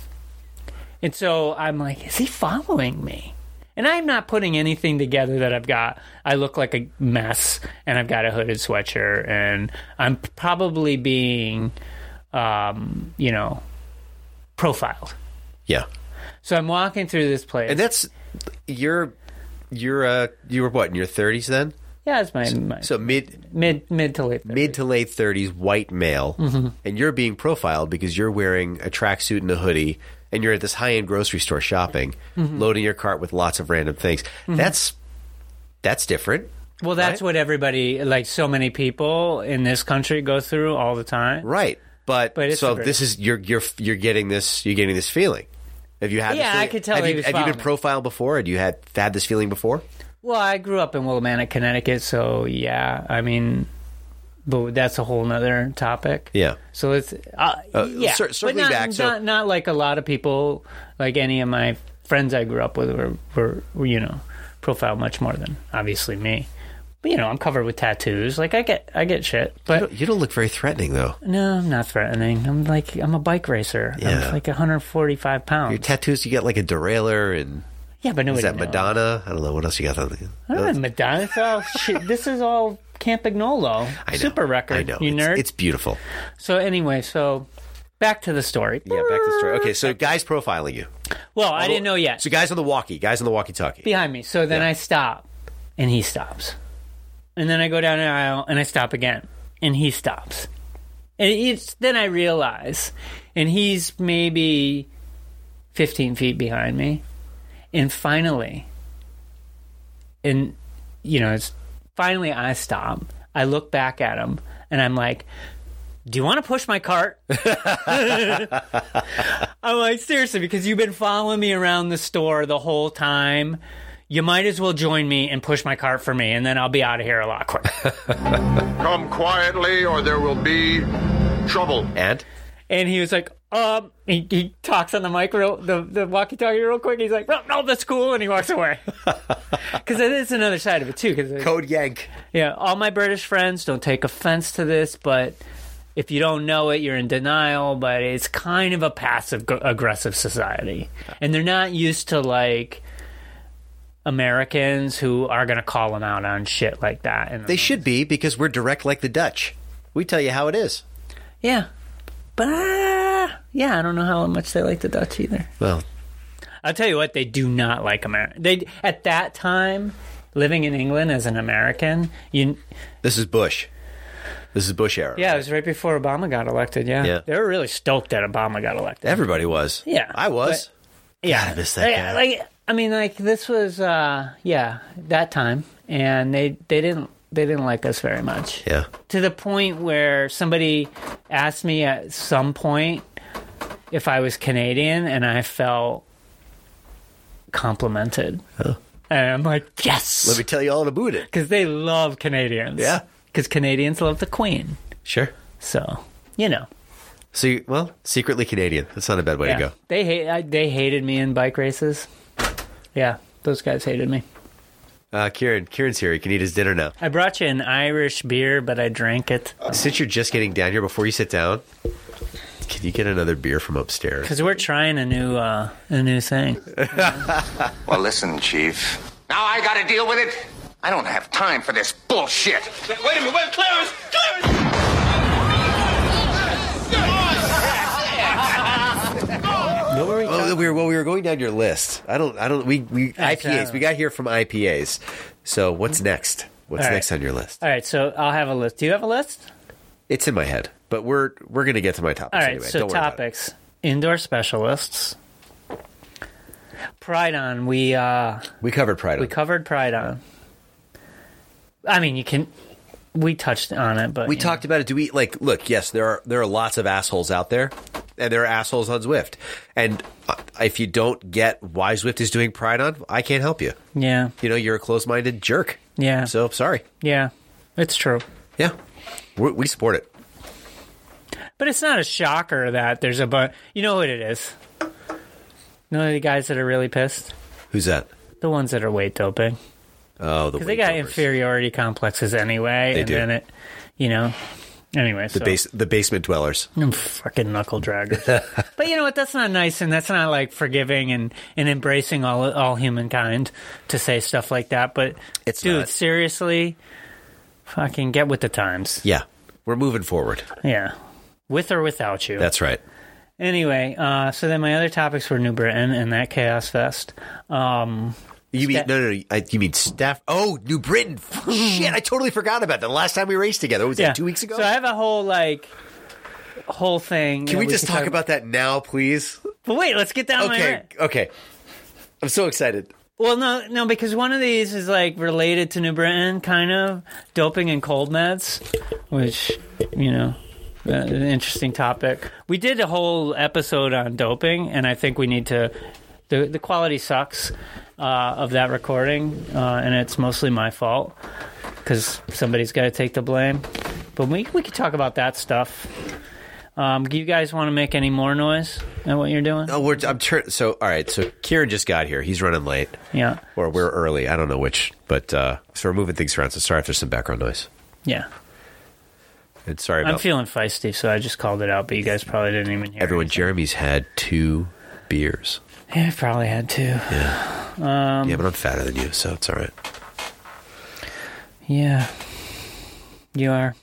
Speaker 2: And so I'm like, is he following me? And I'm not putting anything together that I've got. I look like a mess, and I've got a hooded sweatshirt, and I'm probably being, um, you know, profiled.
Speaker 1: Yeah.
Speaker 2: So I'm walking through this place.
Speaker 1: And that's you're you're uh you were what, in your thirties then?
Speaker 2: yeah, it's my, my
Speaker 1: So mid
Speaker 2: mid mid to late. 30s.
Speaker 1: mid to late thirties, white male,
Speaker 2: Mm-hmm.
Speaker 1: and you're being profiled because you're wearing a tracksuit and a hoodie, and you're at this high end grocery store shopping,
Speaker 2: Mm-hmm.
Speaker 1: loading your cart with lots of random things. That's that's different,
Speaker 2: Well, that's
Speaker 1: right?
Speaker 2: what everybody, like so many people in this country, go through all the time.
Speaker 1: right? But,
Speaker 2: But it's
Speaker 1: so
Speaker 2: different.
Speaker 1: this is you're you're you're getting this you're getting this feeling. Have you had?
Speaker 2: Yeah,
Speaker 1: this feeling?
Speaker 2: I could tell
Speaker 1: Have
Speaker 2: he
Speaker 1: you,
Speaker 2: was
Speaker 1: have you been
Speaker 2: following me.
Speaker 1: profiled before? Had you had had this feeling before?
Speaker 2: Well, I grew up in Willimantic, Connecticut, so yeah, I mean, but that's a whole nother topic.
Speaker 1: Yeah.
Speaker 2: So it's uh, yeah,
Speaker 1: cir-
Speaker 2: But
Speaker 1: circling
Speaker 2: not,
Speaker 1: back, so-
Speaker 2: not not like a lot of people, like any of my friends I grew up with, were, were, were you know profiled much more than obviously me. But you know, I'm covered with tattoos. Like I get I get shit, but
Speaker 1: You don't look very threatening though.
Speaker 2: no, I'm not threatening. I'm like I'm a bike racer.
Speaker 1: Yeah.
Speaker 2: I'm like 145 pounds.
Speaker 1: Your tattoos, you get like a derailleur, and
Speaker 2: yeah, but nobody
Speaker 1: is that
Speaker 2: knows.
Speaker 1: Madonna? I don't know what else you got. On the,
Speaker 2: I don't have Madonna. Oh, It's all shit. This is all Campagnolo.
Speaker 1: I know.
Speaker 2: Super record.
Speaker 1: I know.
Speaker 2: You
Speaker 1: It's-
Speaker 2: nerd.
Speaker 1: it's beautiful.
Speaker 2: So anyway, so back to the story.
Speaker 1: Yeah, back to the story. Okay, so guys profiling you.
Speaker 2: Well, I didn't know yet.
Speaker 1: So guys on the walkie, guys on the walkie-talkie.
Speaker 2: Behind me. So then I stop, and he stops, and then I go down an aisle, and I stop again, and he stops, and it's then I realize, and he's maybe fifteen feet behind me, and finally, and you know, it's finally I stop. I look back at him, and I'm like. Do you want to push my cart? I'm like, seriously, because you've been following me around the store the whole time. You might as well join me and push my cart for me, and then I'll be out of here a lot quicker.
Speaker 6: Come quietly, or there will be trouble.
Speaker 1: And
Speaker 2: and he was like, um, he, he talks on the mic, real, the, the walkie talkie real quick. He's like, no, no, that's cool. And he walks away. Because it's another side of it, too. Cause uh,
Speaker 1: Code Yank.
Speaker 2: Yeah, all my British friends don't take offense to this, but if you don't know it, you're in denial. But it's kind of a passive g- aggressive society, and they're not used to like Americans who are going to call them out on shit like that. And
Speaker 1: They should be because we're direct like the Dutch. We tell you how it is.
Speaker 2: yeah, but uh, yeah, I don't know how much they like the Dutch either.
Speaker 1: Well,
Speaker 2: I'll tell you what, they do not like America. They at that time. Living in England as an American, you
Speaker 1: this is Bush. This is Bush era.
Speaker 2: yeah, it was right before Obama got elected. Yeah,
Speaker 1: Yeah.
Speaker 2: they were really stoked that Obama got elected.
Speaker 1: Everybody was.
Speaker 2: Yeah,
Speaker 1: I was.
Speaker 2: Yeah,
Speaker 1: I miss that guy.
Speaker 2: Yeah, Like, I mean, like this was, uh, yeah, that time, and they they didn't they didn't like us very much.
Speaker 1: yeah.
Speaker 2: To the point where somebody asked me at some point if I was Canadian, and I felt complimented. And I'm like,
Speaker 1: Let
Speaker 2: yes,
Speaker 1: me tell you all about it.
Speaker 2: because they love Canadians.
Speaker 1: Yeah.
Speaker 2: because Canadians love the Queen.
Speaker 1: Sure.
Speaker 2: So you know,
Speaker 1: So, you, well, secretly Canadian. That's not a bad way
Speaker 2: yeah.
Speaker 1: to go.
Speaker 2: they hate I, they hated me in bike races. Yeah, those guys hated me.
Speaker 1: Uh, Kieran, Kieran's here. He can eat his dinner now.
Speaker 2: I brought you an Irish beer, but I drank it
Speaker 1: Since you're just getting down here, before you sit down, can you get another beer from upstairs?
Speaker 2: because we're trying a new uh, a new thing.
Speaker 5: Well, listen, Chief. Now I gotta deal with it. I don't have time for this bullshit. Wait a minute, wait, Clarence! Clarence!
Speaker 2: What were we?
Speaker 1: Well, we were well, we were going down your list. I don't, I don't. We we IPAs. We got here from IPAs. So what's next? What's
Speaker 2: Mm-hmm. All right.
Speaker 1: next on your list?
Speaker 2: All right, so I'll have a list. Do you have a list?
Speaker 1: It's in my head, but we're we're gonna get to my topics
Speaker 2: All right,
Speaker 1: anyway.
Speaker 2: so
Speaker 1: Don't worry about it.
Speaker 2: topics: indoor specialists, Pride on. We uh,
Speaker 1: We covered Pride.
Speaker 2: we
Speaker 1: We,
Speaker 2: covered Pride on. I mean, you can. We touched on it, but
Speaker 1: we
Speaker 2: you know.
Speaker 1: talked about it. Do we like? Look, yes, there are there are lots of assholes out there, and there are assholes on Zwift. And uh, if you don't get why Zwift is doing Pride on, I can't help you.
Speaker 2: Yeah,
Speaker 1: You know, you're a closed minded jerk.
Speaker 2: yeah,
Speaker 1: So sorry.
Speaker 2: yeah. It's true,
Speaker 1: Yeah, we we support it.
Speaker 2: but it's not a shocker that there's a but. You know what it is? You know the guys that are really pissed.
Speaker 1: Who's that?
Speaker 2: The ones that are weight doping.
Speaker 1: Oh, the
Speaker 2: They got
Speaker 1: Waycovers.
Speaker 2: inferiority complexes anyway,
Speaker 1: They
Speaker 2: and
Speaker 1: do.
Speaker 2: then it, you know. Anyway,
Speaker 1: The base the basement dwellers.
Speaker 2: I'm fucking knuckle draggers. but you know what? That's not nice, and that's not like forgiving and, and embracing all all humankind to say stuff like that. But
Speaker 1: It's
Speaker 2: dude,
Speaker 1: not.
Speaker 2: seriously, fucking get with the times.
Speaker 1: Yeah, we're moving forward.
Speaker 2: Yeah, with or without you.
Speaker 1: That's right.
Speaker 2: anyway, uh, so then my other topics were New Britain and that Chaos Fest. Um,
Speaker 1: You mean
Speaker 2: Sta-
Speaker 1: no, no, no I, you mean staff? Oh, New Britain. Shit, I totally forgot about that. The last time we raced together was
Speaker 2: yeah,
Speaker 1: that two weeks ago.
Speaker 2: So I have a whole like whole thing.
Speaker 1: can
Speaker 2: that
Speaker 1: we just
Speaker 2: could
Speaker 1: talk about that now, please?
Speaker 2: But wait, let's get down. to My,
Speaker 1: Okay, okay. I'm so excited.
Speaker 2: Well, no, no, because one of these is like related to New Britain, kind of doping and cold meds, which you know, uh, an interesting topic. We did a whole episode on doping, and I think we need to. the The quality sucks uh, of that recording, uh, and it's mostly my fault because somebody's got to take the blame. But we we could talk about that stuff. Um, do you guys want to make any more noise than what you're doing?
Speaker 1: Oh, we're I'm tur- so all right. So Kieran just got here. He's running late,
Speaker 2: Yeah,
Speaker 1: or we're early. I don't know which, but uh, so we're moving things around. So sorry if there's some background noise.
Speaker 2: yeah.
Speaker 1: And sorry
Speaker 2: I'm
Speaker 1: about
Speaker 2: feeling feisty, so I just called it out. But you guys probably didn't even hear.
Speaker 1: everyone.
Speaker 2: it.
Speaker 1: Jeremy's had two beers.
Speaker 2: Yeah, I probably had to. Um,
Speaker 1: yeah, but I'm fatter than you, so it's all right.
Speaker 2: Yeah, you are.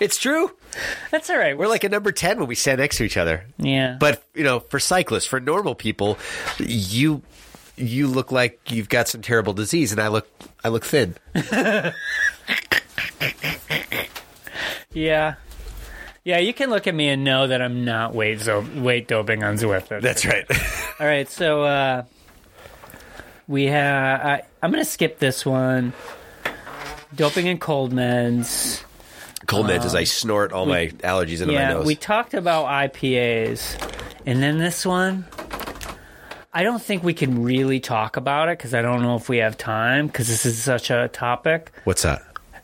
Speaker 1: It's true.
Speaker 2: That's all right.
Speaker 1: We're like a number ten when we stand next to each other.
Speaker 2: yeah,
Speaker 1: But you know, for cyclists, for normal people, you you look like you've got some terrible disease, and I look I look thin.
Speaker 2: yeah, yeah. You can look at me and know that I'm not weight zo- weight doping on Zwift.
Speaker 1: right.
Speaker 2: All right, so uh, we have. I, I'm going to skip this one. Doping and cold meds.
Speaker 1: Cold meds as I snort all my allergies into my
Speaker 2: Uh, Yeah,
Speaker 1: nose.
Speaker 2: we talked about IPAs, and then this one. I don't think we can really talk about it because I don't know if we have time because this is such a topic.
Speaker 1: What's that?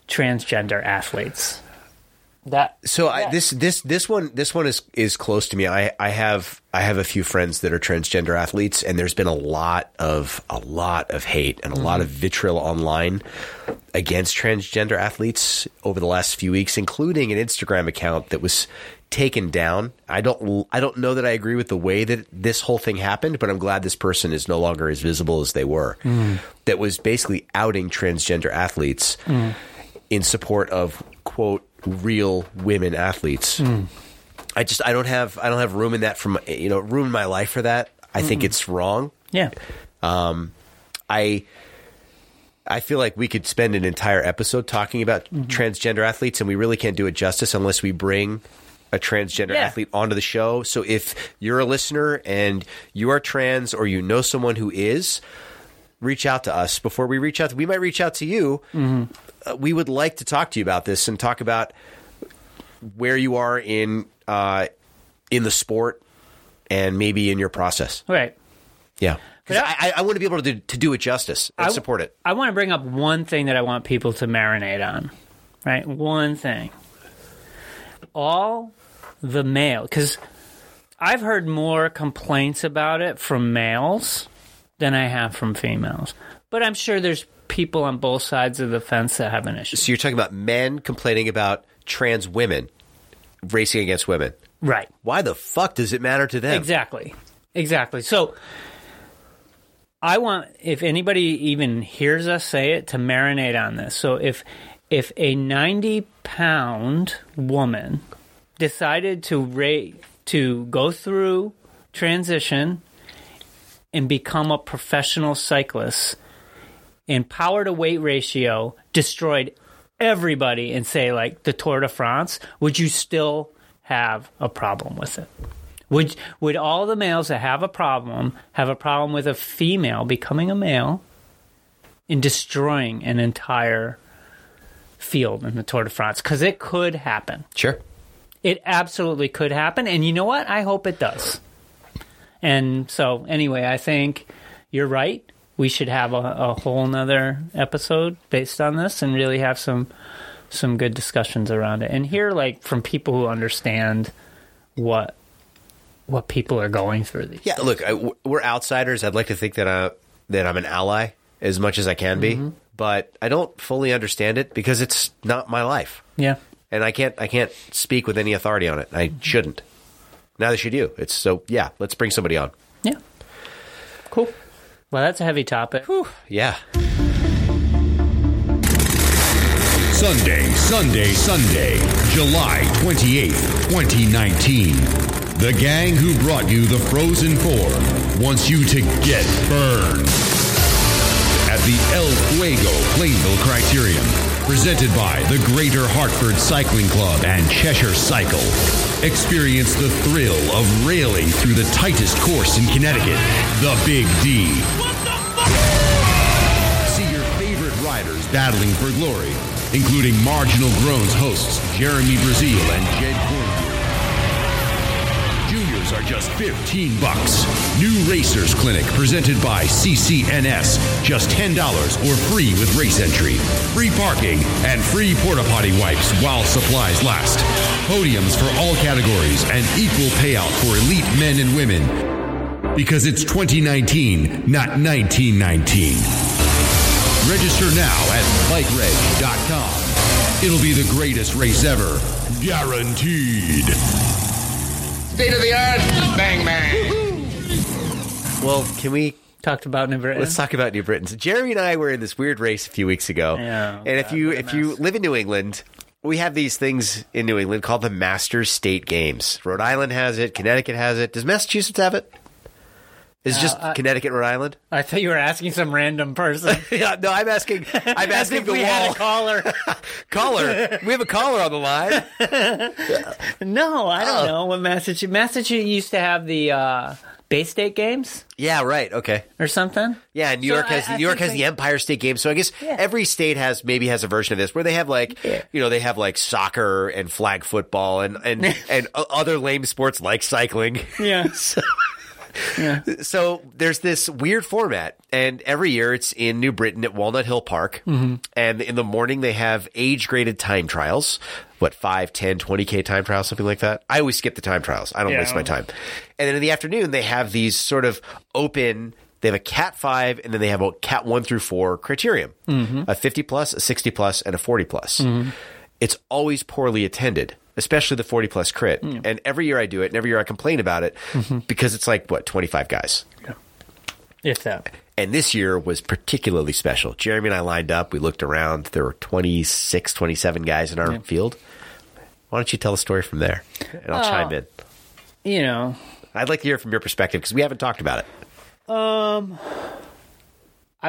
Speaker 2: Transgender athletes. That
Speaker 1: So I, this this this one this one is is close to me. I I have I have a few friends that are transgender athletes, and there's been a lot of a lot of hate and a lot of vitriol online against transgender athletes over the last few weeks, including an Instagram account that was taken down. I don't I don't know that I agree with the way that this whole thing happened, but I'm glad this person is no longer as visible as they were. That was basically outing transgender athletes in support of quote real women athletes. I just I don't have I don't have room in that from you know room in my life for that. I think it's wrong.
Speaker 2: yeah,
Speaker 1: I I feel like we could spend an entire episode talking about transgender athletes, and we really can't do it justice unless we bring a transgender
Speaker 2: Yeah.
Speaker 1: athlete onto the show. So if you're a listener and you are trans or you know someone who is, reach out to us before we reach out. we might reach out to you. Uh, we would like to talk to you about this and talk about where you are in uh, in the sport and maybe in your process.
Speaker 2: right.
Speaker 1: Yeah. 'Cause
Speaker 2: Yeah.
Speaker 1: I, I want to be able to do, to do it justice and
Speaker 2: I-
Speaker 1: support it.
Speaker 2: I want to bring up one thing that I want people to marinate on, right? One thing. All the male, because I've heard more complaints about it from males than I have from females. But I'm sure there's people on both sides of the fence that have an issue.
Speaker 1: So you're talking about men complaining about trans women racing against women.
Speaker 2: Right.
Speaker 1: Why the fuck does it matter to them?
Speaker 2: Exactly. Exactly. So I want if anybody even hears us say it to marinate on this. So if if a 90 pound woman decided to rate to go through transition and become a professional cyclist and power to weight ratio destroyed everybody and say like the Tour de France, would you still have a problem with it? Would would all the males that have a problem have a problem with a female becoming a male and destroying an entire field in the Tour de France? Because it could happen.
Speaker 1: Sure.
Speaker 2: It absolutely could happen, and you know what? I hope it does. And so, anyway, I think you're right. We should have a, a whole nother episode based on this, and really have some some good discussions around it, and hear like from people who understand what what people are going through. These.
Speaker 1: Yeah, look, I, w- we're outsiders. I'd like to think that I, that I'm an ally as much as I can be, but I don't fully understand it because it's not my life,
Speaker 2: Yeah.
Speaker 1: and I can't I can't speak with any authority on it. I shouldn't. Neither should you. It's so yeah. Let's bring somebody on.
Speaker 2: Yeah. Cool. Well, that's a heavy topic.
Speaker 1: Yeah.
Speaker 7: Sunday, Sunday, Sunday, July 28th, 2019. The gang who brought you the Frozen Four wants you to get burned at the El Fuego Plainville Criterion. Presented by the Greater Hartford Cycling Club and Cheshire Cycle. Experience the thrill of railing through the tightest course in Connecticut, the Big D. See your favorite riders battling for glory, including Marginal Groans hosts Jeremy Brazil and Jed Cornfield. Juniors are just 15 bucks. New Racers Clinic presented by CCNS. Just $10 or free with race entry. Free parking and free porta potty wipes while supplies last. Podiums for all categories and equal payout for elite men and women. Because it's 2019, not 1919. Register now at bikereg.com. It'll be the greatest race ever, guaranteed.
Speaker 5: State of the art. Bang, bang.
Speaker 1: Well, can we
Speaker 2: Talked about New Britain.
Speaker 1: Let's talk about New Britain. So Jeremy and I were in this weird race a few weeks ago.
Speaker 2: Yeah,
Speaker 1: and if you if you live in New England, we have these things in New England called the Masters State Games. Rhode Island has it. Connecticut has it. Does Massachusetts have it? Is it just Connecticut, Rhode Island?
Speaker 2: I thought you were asking some random person.
Speaker 1: Yeah, no, I'm asking. I'm
Speaker 2: As
Speaker 1: asking
Speaker 2: if
Speaker 1: the
Speaker 2: we
Speaker 1: wall.
Speaker 2: had a caller.
Speaker 1: caller. We have a caller on the line.
Speaker 2: no, I don't
Speaker 1: Oh.
Speaker 2: know what Massachusetts. Massachusetts used to have the uh, Bay State Games
Speaker 1: yeah, right. Okay.
Speaker 2: or something.
Speaker 1: Yeah, and New
Speaker 2: So
Speaker 1: York
Speaker 2: I-
Speaker 1: has
Speaker 2: I
Speaker 1: New York
Speaker 2: think
Speaker 1: has
Speaker 2: they-
Speaker 1: the Empire State Games. So I guess every state has maybe has a version of this where they have like you know they have like soccer and flag football and and and o- other lame sports like cycling.
Speaker 2: Yeah.
Speaker 1: So there's this weird format, and every year it's in New Britain at Walnut Hill Park,
Speaker 2: Mm-hmm.
Speaker 1: and in the morning they have age graded time trials. What 5, 10, 20K time trials, something like that. I always skip the time trials. I don't
Speaker 2: Yeah.
Speaker 1: waste my time. And then in the afternoon, they have these sort of open. They have a cat five, and then they have a cat one through four criterium: a fifty plus, a sixty plus, and a forty plus. It's always poorly attended, especially the forty plus crit. And every year I do it, and every year I complain about it because it's like what twenty five guys.
Speaker 2: if that.
Speaker 1: And this year was particularly special. Jeremy and I lined up. We looked around. There were 26, 27 guys in our field. Why don't you tell the story from there? And I'll chime in.
Speaker 2: You know,
Speaker 1: I'd like to hear from your perspective because we haven't talked about it.
Speaker 2: I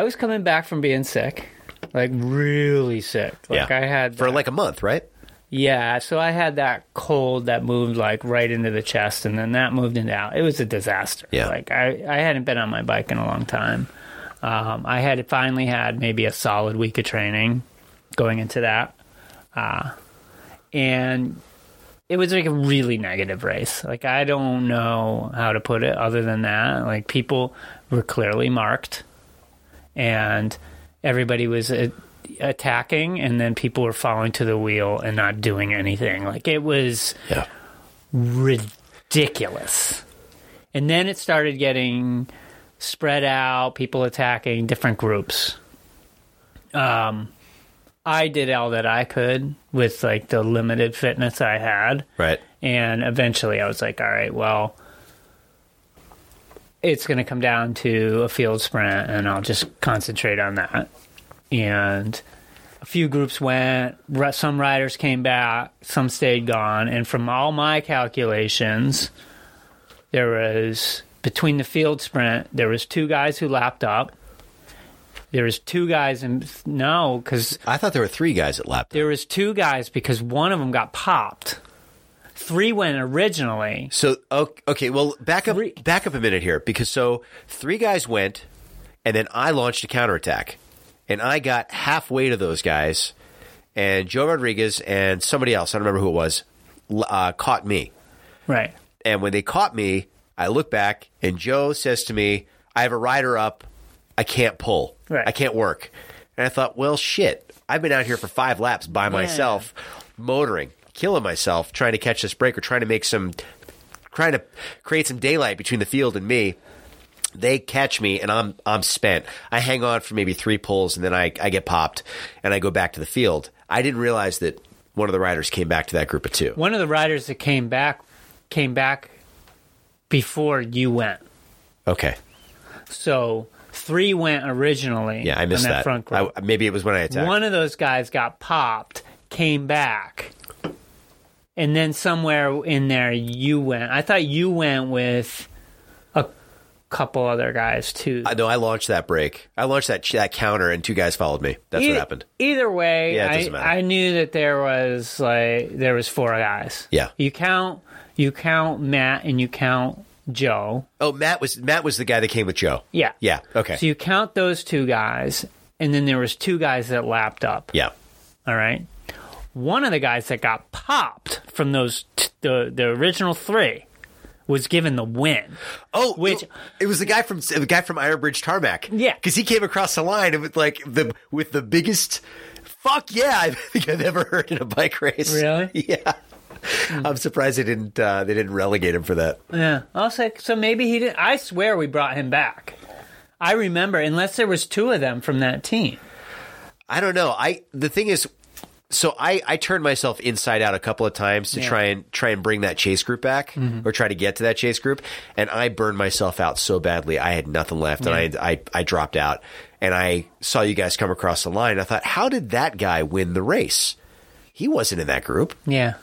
Speaker 2: was coming back from being sick. Like really sick. Like I had
Speaker 1: for like a month, right?
Speaker 2: Yeah, so I had that cold that moved like right into the chest, and then that moved into out. It was a disaster.
Speaker 1: Yeah.
Speaker 2: like I, I hadn't been on my bike in a long time. Um, I had finally had maybe a solid week of training going into that, uh, and it was like a really negative race. Like I don't know how to put it other than that. Like people were clearly marked, and everybody was uh, attacking, and then people were falling to the wheel and not doing anything. Like it was
Speaker 1: Yeah.
Speaker 2: ridiculous. And then it started getting spread out, people attacking different groups. Um, I did all that I could with like the limited fitness I had.
Speaker 1: Right.
Speaker 2: And eventually I was like, all right, well, it's going to come down to a field sprint and I'll just concentrate on that. And a few groups went, ri- some riders came back, some stayed gone. And from all my calculations, there was between the field sprint, there was two guys who lapped up. There was two guys and no, because
Speaker 1: I thought there were three guys that lapped.
Speaker 2: there was two guys because one of them got popped. Three went originally.
Speaker 1: So okay, okay, well, back up,
Speaker 2: Three.
Speaker 1: back up a minute here because so three guys went, and then I launched a counterattack, and I got halfway to those guys, and Joe Rodriguez and somebody else I don't remember who it was l- uh, caught me,
Speaker 2: Right.
Speaker 1: and when they caught me, I look back, and Joe says to me, "I have a rider up, I can't pull,
Speaker 2: Right.
Speaker 1: I can't work," and I thought, well, shit, I've been out here for five laps by myself, motoring, killing myself, trying to catch this break or trying to make some trying to create some daylight between the field and me. They catch me and I'm I'm spent. I hang on for maybe three pulls and then I, I get popped and I go back to the field. I didn't realize that one of the riders came back to that group of two.
Speaker 2: One of the riders that came back came back before you went.
Speaker 1: Okay,
Speaker 2: So three went originally.
Speaker 1: yeah, I missed
Speaker 2: on
Speaker 1: that.
Speaker 2: that, front group.
Speaker 1: I- maybe it was when I attacked.
Speaker 2: One of those guys got popped, came back, and then somewhere in there you went. I thought you went with a couple other guys too.
Speaker 1: I, no, I launched that break. I launched that that counter and two guys followed me. That's
Speaker 2: Either-
Speaker 1: what happened.
Speaker 2: E- Either way,
Speaker 1: Yeah, it
Speaker 2: I,
Speaker 1: doesn't matter.
Speaker 2: I knew that there was like there was four guys.
Speaker 1: Yeah.
Speaker 2: you count you count Matt and you count Joe.
Speaker 1: Oh, Matt was Matt was the guy that came with Joe.
Speaker 2: Yeah,
Speaker 1: Yeah. Okay.
Speaker 2: So you count those two guys, and then there was two guys that lapped up.
Speaker 1: yeah.
Speaker 2: All right. One of the guys that got popped from those t- the the original three was given the win.
Speaker 1: Oh,
Speaker 2: Which-
Speaker 1: it, it was the guy from the guy from Ironbridge Tarmac.
Speaker 2: Yeah.
Speaker 1: because he came across the line and with like the with the biggest fuck yeah I think I've ever heard in a bike race.
Speaker 2: Really? Hmm.
Speaker 1: Yeah. I'm surprised they didn't uh, they didn't relegate him for that.
Speaker 2: Yeah. I was like, so maybe he didn't. I swear we brought him back. I remember, unless there was two of them from that team.
Speaker 1: I don't know. I the thing is, so I I turned myself inside out a couple of times to
Speaker 2: Yeah. Mm-hmm.
Speaker 1: try and try and bring that chase group back or try to get to that chase group, and I burned myself out so badly I had nothing left, and I, I I dropped out, and I saw you guys come across the line. I thought, how did that guy win the race? He wasn't in that group,
Speaker 2: Yeah.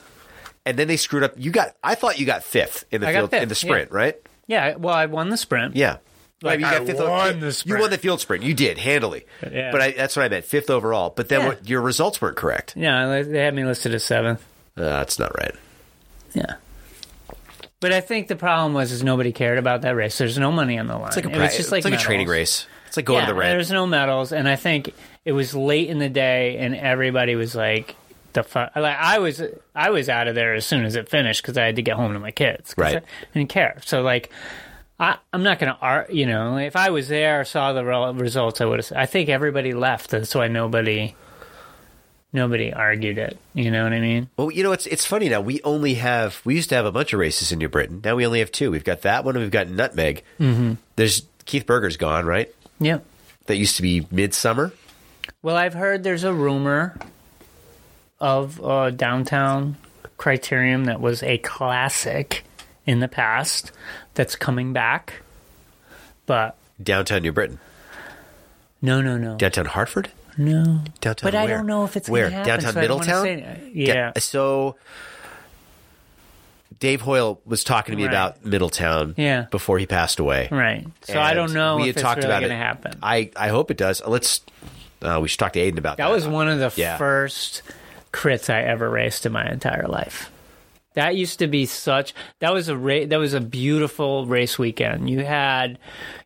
Speaker 1: and then they screwed up. You got I thought you got fifth in the
Speaker 2: I got
Speaker 1: field in
Speaker 2: fifth,
Speaker 1: the sprint,
Speaker 2: yeah.
Speaker 1: right?
Speaker 2: Yeah. Well, I won the sprint.
Speaker 1: Yeah.
Speaker 2: Like,
Speaker 1: you
Speaker 2: I
Speaker 1: o-
Speaker 2: won
Speaker 1: You
Speaker 2: the
Speaker 1: won
Speaker 2: sprint.
Speaker 1: the field sprint. You did handily,
Speaker 2: Yeah.
Speaker 1: but I, that's what I meant. Fifth overall. But then
Speaker 2: Yeah.
Speaker 1: what, your results weren't correct.
Speaker 2: Yeah. li- They had me listed as seventh.
Speaker 1: Uh, that's not right.
Speaker 2: Yeah. But I think the problem was is nobody cared about that race. There's no money on the line. It's
Speaker 1: It's like a,
Speaker 2: it
Speaker 1: pri-
Speaker 2: was just like,
Speaker 1: it's like a training
Speaker 2: medals.
Speaker 1: race. It's like going to the red.
Speaker 2: There's no medals, and I think it was late in the day, and everybody was like, "The fu Like I was, I was out of there as soon as it finished because I had to get home to my kids. 'cause
Speaker 1: Right.
Speaker 2: I didn't care. So like, I, I'm not gonna, ar- you know, if I was there, saw the re- results, I would have. I think everybody left. That's why nobody, nobody argued it. You know what I mean?
Speaker 1: Well, you know, it's it's funny now. We only have we used to have a bunch of races in New Britain. Now we only have two. We've got that one and we've got Nutmeg. Mm-hmm. There's Keith Berger's gone, right?
Speaker 2: Yeah.
Speaker 1: That used to be Midsummer.
Speaker 2: Well, I've heard there's a rumor of a downtown criterium that was a classic in the past that's coming back. But
Speaker 1: Downtown New Britain.
Speaker 2: no, no, no.
Speaker 1: Downtown Hartford?
Speaker 2: no.
Speaker 1: Downtown
Speaker 2: But I
Speaker 1: where?
Speaker 2: don't know if it's
Speaker 1: Where?
Speaker 2: Gonna happen,
Speaker 1: Downtown
Speaker 2: so I don't wanna
Speaker 1: Middletown?
Speaker 2: say- yeah.
Speaker 1: Da- so Dave Hoyle was talking to me
Speaker 2: Right.
Speaker 1: about Middletown
Speaker 2: Yeah.
Speaker 1: before he passed away.
Speaker 2: Right. So
Speaker 1: And
Speaker 2: I don't know
Speaker 1: we
Speaker 2: if
Speaker 1: had
Speaker 2: it's
Speaker 1: talked
Speaker 2: really
Speaker 1: about
Speaker 2: going to
Speaker 1: it.
Speaker 2: happen.
Speaker 1: I, I hope it does. Let's uh, we should talk to Aiden about that.
Speaker 2: That was one of the
Speaker 1: Yeah.
Speaker 2: first crits I ever raced in my entire life. That used to be such. That was a ra- that was a beautiful race weekend. You had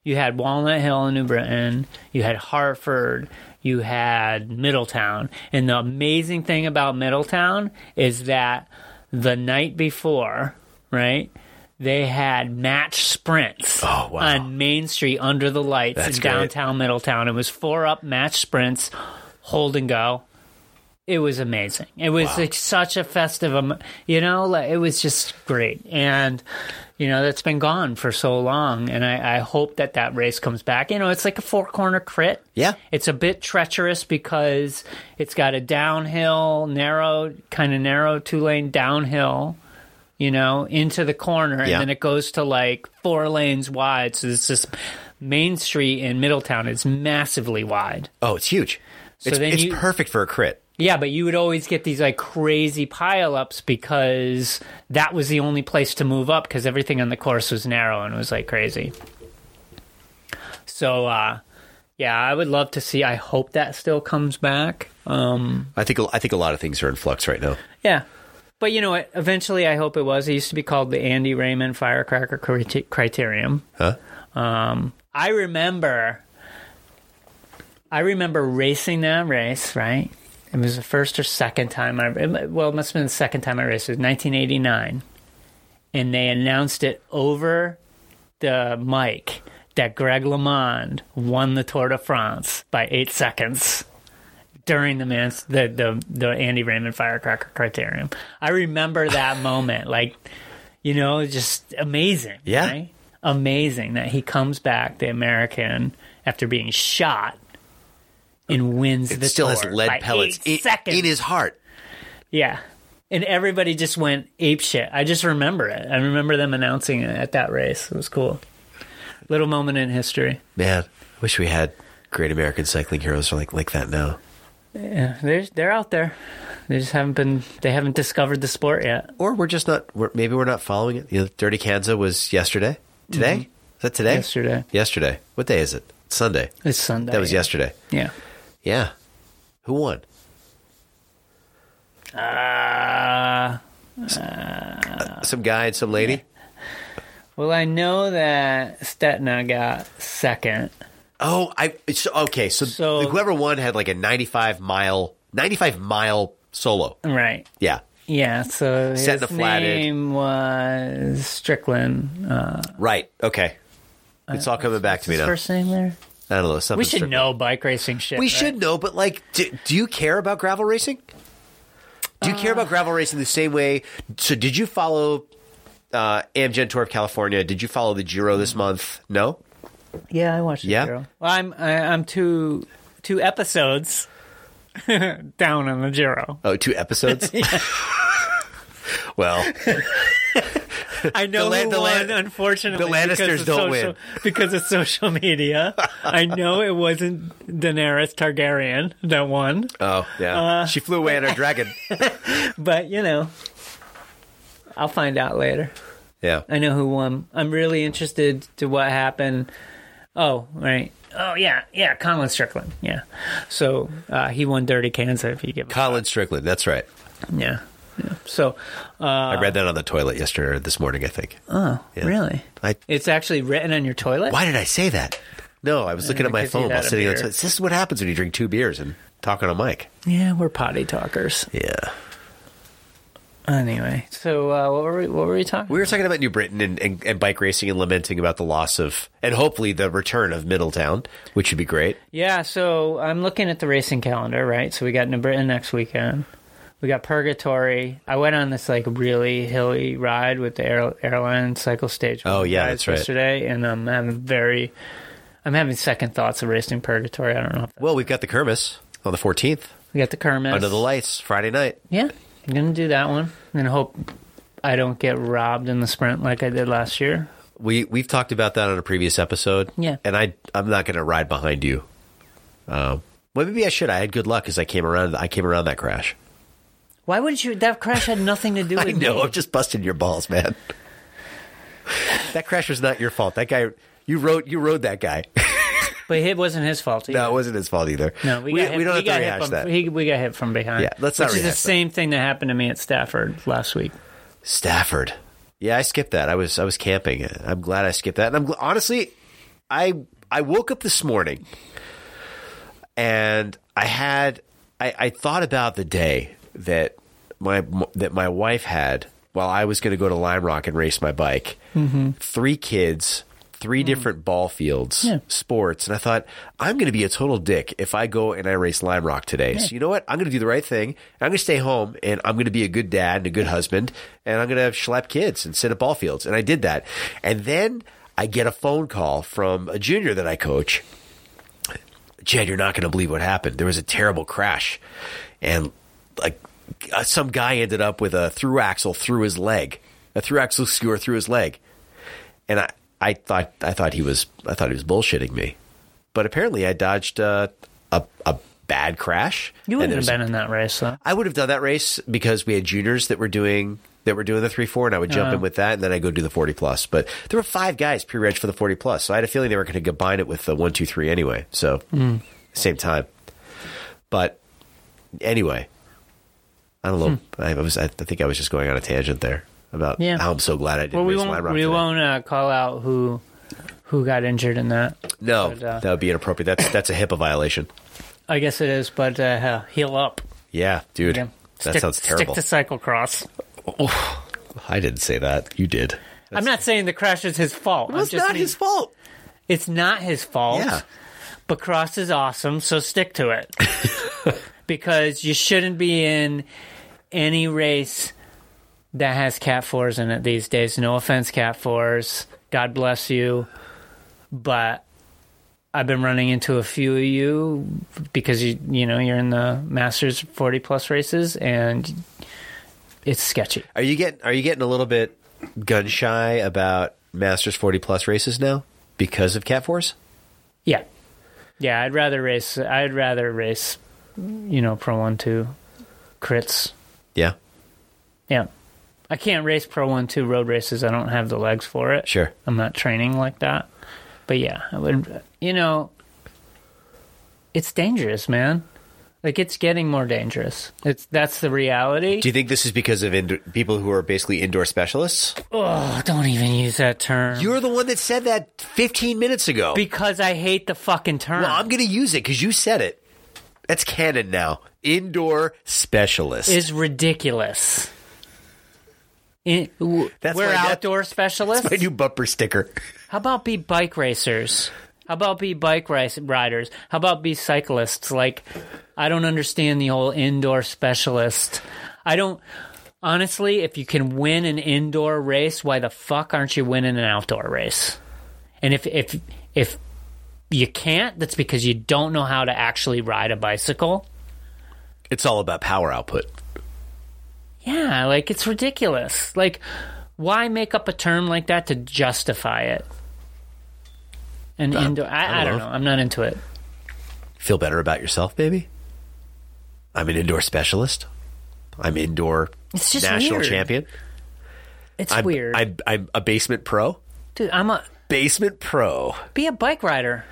Speaker 2: you had Walnut Hill in New Britain. You had Hartford. You had Middletown. And the amazing thing about Middletown is that the night before, right? They had match sprints
Speaker 1: Oh, wow.
Speaker 2: on Main Street under the lights
Speaker 1: That's
Speaker 2: in
Speaker 1: great.
Speaker 2: downtown Middletown. It was four up match sprints, hold and go it was amazing. It was like such a festive, um, you know, like it was just great. And you know, that's been gone for so long, and I, I hope that that race comes back. You know, it's like a four corner crit.
Speaker 1: Yeah.
Speaker 2: it's a bit treacherous because it's got a downhill, narrow, kind of narrow two lane downhill. You know, into the corner, and
Speaker 1: Yeah.
Speaker 2: then it goes to like four lanes wide. So it's just Main Street in Middletown is massively wide.
Speaker 1: Oh, it's huge. it's
Speaker 2: then
Speaker 1: it's
Speaker 2: you-
Speaker 1: perfect for a crit.
Speaker 2: Yeah, but you would always get these like crazy pileups because that was the only place to move up because everything on the course was narrow and it was like crazy. So, uh, yeah, I would love to see. I hope that still comes back. Um,
Speaker 1: I think I think a lot of things are in flux right now.
Speaker 2: yeah. But you know what? Eventually, I hope it was. It used to be called the Andy Raymond Firecracker Crite- Criterium.
Speaker 1: Huh?
Speaker 2: Um, I remember, I remember racing that race. Right, it was the first or second time I. it mi- well, it must have been the second time I raced. It was 1989, and they announced it over the mic that Greg LeMond won the Tour de France by eight seconds during the man's the the the Andy Raymond Firecracker Criterium. I remember that moment, like you know, just amazing.
Speaker 1: Yeah.
Speaker 2: right? amazing that he comes back, the American, after being shot. And wins
Speaker 1: It
Speaker 2: the
Speaker 1: still has
Speaker 2: tour by
Speaker 1: lead pellets in,
Speaker 2: eight seconds.
Speaker 1: in his heart.
Speaker 2: Yeah. And everybody just went ape shit. I just remember it. I remember them announcing it at that race. It was cool. Little moment in history.
Speaker 1: Man, I wish we had great American cycling heroes like like that now.
Speaker 2: Yeah, they're they're out there. They just haven't been. They haven't discovered the sport yet.
Speaker 1: Or we're just not. We're, maybe we're not following it. You know, Dirty Kanza was yesterday. Today is that today?
Speaker 2: Mm-hmm. Yesterday.
Speaker 1: Yesterday. What day is it? It's Sunday.
Speaker 2: It's Sunday.
Speaker 1: That was
Speaker 2: yeah.
Speaker 1: yesterday.
Speaker 2: Yeah.
Speaker 1: Yeah. Who won?
Speaker 2: Uh,
Speaker 1: Uh, Some guy and some lady.
Speaker 2: well, I know that Stetna got second.
Speaker 1: Oh, I so, okay. So,
Speaker 2: So-
Speaker 1: whoever won had like a ninety-five mile, ninety-five mile solo.
Speaker 2: Right.
Speaker 1: Yeah,
Speaker 2: Yeah. So his
Speaker 1: Stetna flatted.
Speaker 2: name was Strickland. Uh,
Speaker 1: right. Okay, it's all coming back to me
Speaker 2: his
Speaker 1: now.
Speaker 2: first name there.
Speaker 1: I don't know. Something
Speaker 2: We should
Speaker 1: certain.
Speaker 2: know bike racing shit.
Speaker 1: We
Speaker 2: right?
Speaker 1: should know, but like, do, do you care about gravel racing? Do you care
Speaker 2: Uh.
Speaker 1: about gravel racing the same way? So, did you follow uh, Amgen Tour of California? Did you follow the Giro this month? No.
Speaker 2: Yeah, I watched it.
Speaker 1: Yeah?
Speaker 2: Well, I'm I, I'm two two episodes down on the Giro.
Speaker 1: Oh, two episodes. well,
Speaker 2: I know
Speaker 1: The
Speaker 2: the,
Speaker 1: Lan- the Lan-
Speaker 2: won, unfortunately.
Speaker 1: the
Speaker 2: because
Speaker 1: Lannisters
Speaker 2: of
Speaker 1: don't
Speaker 2: social-
Speaker 1: win.
Speaker 2: because of social media. I know it wasn't Daenerys Targaryen that won,
Speaker 1: oh yeah,
Speaker 2: Uh,
Speaker 1: she flew away on her dragon.
Speaker 2: but you know, I'll find out later.
Speaker 1: Yeah.
Speaker 2: I know who won. I'm really interested to what happened. Oh, right. Oh yeah, yeah. Colin Strickland. Yeah. So uh, he won Dirty Kansas. If you give a
Speaker 1: Colin Strickland. That's right.
Speaker 2: yeah. yeah. So
Speaker 1: I read that on the toilet yesterday or this morning, I think. Yeah.
Speaker 2: Oh, Really?
Speaker 1: I,
Speaker 2: It's actually written on your toilet?
Speaker 1: why did I say that? No, I was looking at my
Speaker 2: because you
Speaker 1: phone while
Speaker 2: had a
Speaker 1: sitting on the
Speaker 2: beer.
Speaker 1: toilet. This is what happens when you drink two beers and talk on a mic.
Speaker 2: Yeah, we're potty talkers.
Speaker 1: Yeah.
Speaker 2: Anyway, so uh, what were we, what were we talking?
Speaker 1: We were talking about New Britain and, and, and bike racing and lamenting about the loss of, and hopefully the return of Middletown, which would be great.
Speaker 2: yeah, so I'm looking at the racing calendar, right? So we got New Britain next weekend. We got Purgatory. I went on this like really hilly ride with the air, airline cycle stage.
Speaker 1: Oh, yeah,
Speaker 2: rides
Speaker 1: that's right.
Speaker 2: Yesterday, and I'm having very, I'm having second thoughts of racing Purgatory. I don't know. if that,
Speaker 1: Well, we've got the Kermis on the 14th,
Speaker 2: We got the Kermit.
Speaker 1: under the lights, Friday night.
Speaker 2: Yeah, I'm gonna do that one, and hope I don't get robbed in the sprint like I did last year.
Speaker 1: We, we've talked about that on a previous episode.
Speaker 2: Yeah.
Speaker 1: And I, I'm not going to ride behind you. Um, well, maybe I should. I had good luck because I came around. I came around that crash.
Speaker 2: Why would you? That crash had nothing to do with
Speaker 1: I know.
Speaker 2: me.
Speaker 1: I'm just busting your balls, man. that crash was not your fault. That guy, you rode, you rode that guy.
Speaker 2: But it wasn't his fault. either.
Speaker 1: no, it wasn't his fault either.
Speaker 2: No, we, got hit,
Speaker 1: don't
Speaker 2: we
Speaker 1: have
Speaker 2: got
Speaker 1: to rehash
Speaker 2: hit from,
Speaker 1: that.
Speaker 2: He, we got hit from behind.
Speaker 1: Yeah, let's not
Speaker 2: Which is the
Speaker 1: rehash that.
Speaker 2: same thing that happened to me at Stafford last week.
Speaker 1: Stafford. Yeah, I skipped that. I was I was camping. I'm glad I skipped that. And I'm gl- honestly, I I woke up this morning and I had I, I thought about the day that my that my wife had while I was going to go to Lime Rock and race my bike. Three kids, three different ball fields,
Speaker 2: Yeah.
Speaker 1: sports, and I thought I'm going to be a total dick if I go and I race Lime Rock today. So you know what? I'm going to do the right thing. and I'm going to stay home and I'm going to be a good dad and a good husband, and I'm going to schlep kids and sit at ball fields. And I did that, and then I get a phone call from a junior that I coach. Jed, you're not going to believe what happened. There was a terrible crash, and like uh, some guy ended up with a through axle through his leg, a through axle skewer through his leg, and I, I thought I thought he was I thought he was bullshitting me, but apparently I dodged uh, a a bad crash.
Speaker 2: You
Speaker 1: and
Speaker 2: wouldn't have
Speaker 1: there's-
Speaker 2: been in that race, though.
Speaker 1: I would have done that race because we had juniors that were doing that were doing the three four, and I would
Speaker 2: Uh-huh.
Speaker 1: jump in with that, and then I go do the forty plus. But there were five guys pre reg for the forty plus, so I had a feeling they were going to combine it with the one two three anyway. So
Speaker 2: Hmm.
Speaker 1: same time, but anyway, I don't know. I, was I think I was just going on a tangent there about
Speaker 2: Hmm. Yeah.
Speaker 1: how I'm so glad I didn't
Speaker 2: Well, we
Speaker 1: race Lime
Speaker 2: won't
Speaker 1: Rock
Speaker 2: we
Speaker 1: today.
Speaker 2: won't uh, call out who who got injured in that.
Speaker 1: No,
Speaker 2: But, uh,
Speaker 1: that would be inappropriate. That's that's a HIPAA violation.
Speaker 2: I guess it is, but uh, hell, heal up.
Speaker 1: Yeah, dude,
Speaker 2: Yeah.
Speaker 1: that
Speaker 2: Stick-
Speaker 1: sounds terrible.
Speaker 2: Stick to cyclocross.
Speaker 1: I didn't say that. You did.
Speaker 2: I'm not saying the crash is his fault. I'm
Speaker 1: It was
Speaker 2: just
Speaker 1: not
Speaker 2: mean-
Speaker 1: his fault.
Speaker 2: It's not his fault.
Speaker 1: Yeah.
Speaker 2: But cross is awesome, so stick to it. because you shouldn't be in any race that has cat fours in it these days. No offense, cat fours. God bless you. But I've been running into a few of you because you you know you're in the Masters 40 plus races and it's sketchy.
Speaker 1: Are you getting are you getting a little bit gun shy about Masters 40 plus races now because of Cat Force?
Speaker 2: Yeah. Yeah, I'd rather race I'd rather race you know pro 1 2 crits.
Speaker 1: Yeah,
Speaker 2: Yeah. I can't race pro 1 2 road races. I don't have the legs for it.
Speaker 1: sure.
Speaker 2: I'm not training like that. But yeah, I would you know it's dangerous, man. Like it's getting more dangerous. It's that's the reality.
Speaker 1: Do you think this is because of indo- people who are basically indoor specialists?
Speaker 2: oh, don't even use that term.
Speaker 1: You're the one that said that 15 minutes ago.
Speaker 2: because I hate the fucking term.
Speaker 1: well, I'm going to use it cuz you said it. That's canon now. Indoor specialist.
Speaker 2: is ridiculous. In, w-
Speaker 1: That's
Speaker 2: we're
Speaker 1: my- that-
Speaker 2: outdoor specialists.
Speaker 1: my new bumper sticker.
Speaker 2: How about be bike racers? How about be bike race riders? How about be cyclists? Like, I don't understand the whole indoor specialist. I don't. Honestly, if you can win an indoor race, why the fuck aren't you winning an outdoor race? And if if if you can't, that's because you don't know how to actually ride a bicycle.
Speaker 1: It's all about power output.
Speaker 2: Yeah, like it's ridiculous. Like, why make up a term like that to justify it? And
Speaker 1: Uh,
Speaker 2: indoor, I, I don't know. I'm not into it.
Speaker 1: Feel better about yourself, baby? I'm an indoor specialist. I'm indoor
Speaker 2: It's just
Speaker 1: national
Speaker 2: weird.
Speaker 1: champion.
Speaker 2: It's
Speaker 1: I'm,
Speaker 2: weird,
Speaker 1: I'm, I'm a basement pro.
Speaker 2: dude. I'm a
Speaker 1: Basement pro.
Speaker 2: be a bike rider.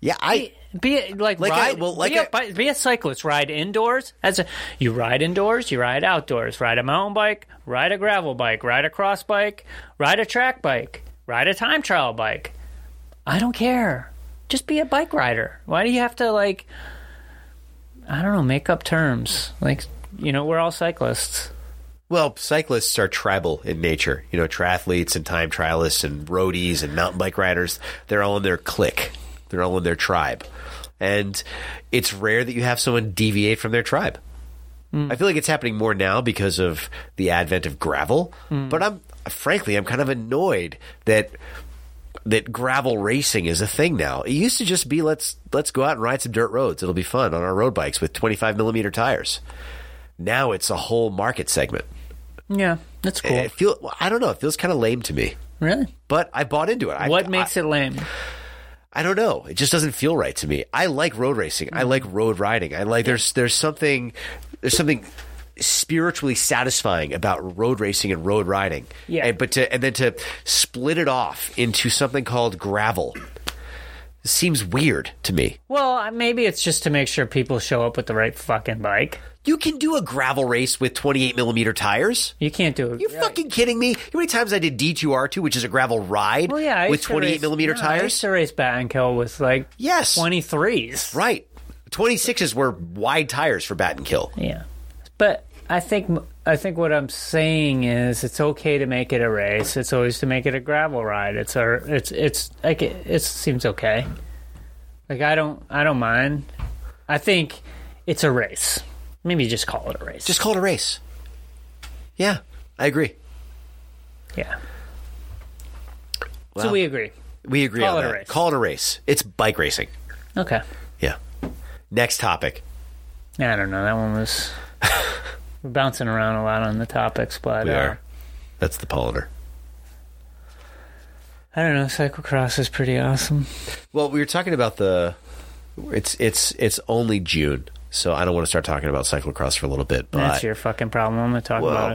Speaker 1: Yeah, I.
Speaker 2: Be a, like,
Speaker 1: Like
Speaker 2: ride.
Speaker 1: I- well, like
Speaker 2: be, a
Speaker 1: I-
Speaker 2: bi- be a cyclist. Ride indoors. As a you ride indoors, you ride outdoors. Ride a mountain bike. Ride a gravel bike. Ride a cross bike. Ride a track bike. Ride a time trial bike. I don't care. Just be a bike rider. Why do you have to like? I don't know. Make up terms. Like you know, we're all cyclists.
Speaker 1: Well, cyclists are tribal in nature. You know, triathletes and time trialists and roadies and mountain bike riders, they're all in their clique, they're all in their tribe. And it's rare that you have someone deviate from their tribe. I feel like it's happening more now because of the advent of gravel, but I'm frankly I'm kind of annoyed that that gravel racing is a thing now. It used to just be let's let's go out and ride some dirt roads. It'll be fun on our road bikes with 25 millimeter tires. Now it's a whole market segment.
Speaker 2: Yeah, that's cool.
Speaker 1: It feel well, I don't know. It feels kind of lame to me,
Speaker 2: Eh, really?
Speaker 1: but I bought into it. I,
Speaker 2: What makes it lame?
Speaker 1: I don't know. It just doesn't feel right to me. I like road racing. I like road riding. I like there's there's something there's something spiritually satisfying about road racing and road riding.
Speaker 2: Yeah.
Speaker 1: And, but to and then to split it off into something called gravel seems weird to me.
Speaker 2: Well, I- maybe it's just to make sure people show up with the right fucking bike.
Speaker 1: You can do a gravel race with 28 millimeter tires.
Speaker 2: You can't do it.
Speaker 1: You fucking kidding me? How many times I did D2R2, which is a gravel ride
Speaker 2: Well, Oh, yeah, I
Speaker 1: with
Speaker 2: used to
Speaker 1: 28
Speaker 2: race-
Speaker 1: millimeter
Speaker 2: no, I used
Speaker 1: tires?
Speaker 2: to race Battenkill with like
Speaker 1: Yes.
Speaker 2: twenty threes.
Speaker 1: Right. 26s were wide tires for bat and kill.
Speaker 2: Yeah, but I think uh, I think what I'm saying is it's okay to make it a race. It's always to make it a gravel ride. It's our, it's it's like it, it seems okay. Like I don't I don't mind. I think it's a race. Maybe just call it a race.
Speaker 1: Just call it a race. Yeah, I agree.
Speaker 2: yeah.
Speaker 1: Well,
Speaker 2: so we agree.
Speaker 1: we agree
Speaker 2: call
Speaker 1: on
Speaker 2: it a
Speaker 1: that.
Speaker 2: race.
Speaker 1: Call it a race. It's bike racing.
Speaker 2: Okay.
Speaker 1: Yeah. Next topic.
Speaker 2: Yeah, I don't know. That one was we're bouncing around a lot on the topics, but
Speaker 1: We
Speaker 2: uh,
Speaker 1: are. That's the pollinator.
Speaker 2: I don't know. Cyclocross is pretty awesome.
Speaker 1: Well, we were talking about the. It's it's it's only June, so I don't want to start talking about cyclocross for a little bit. But
Speaker 2: That's your fucking problem. I'm gonna talk
Speaker 1: Well-
Speaker 2: about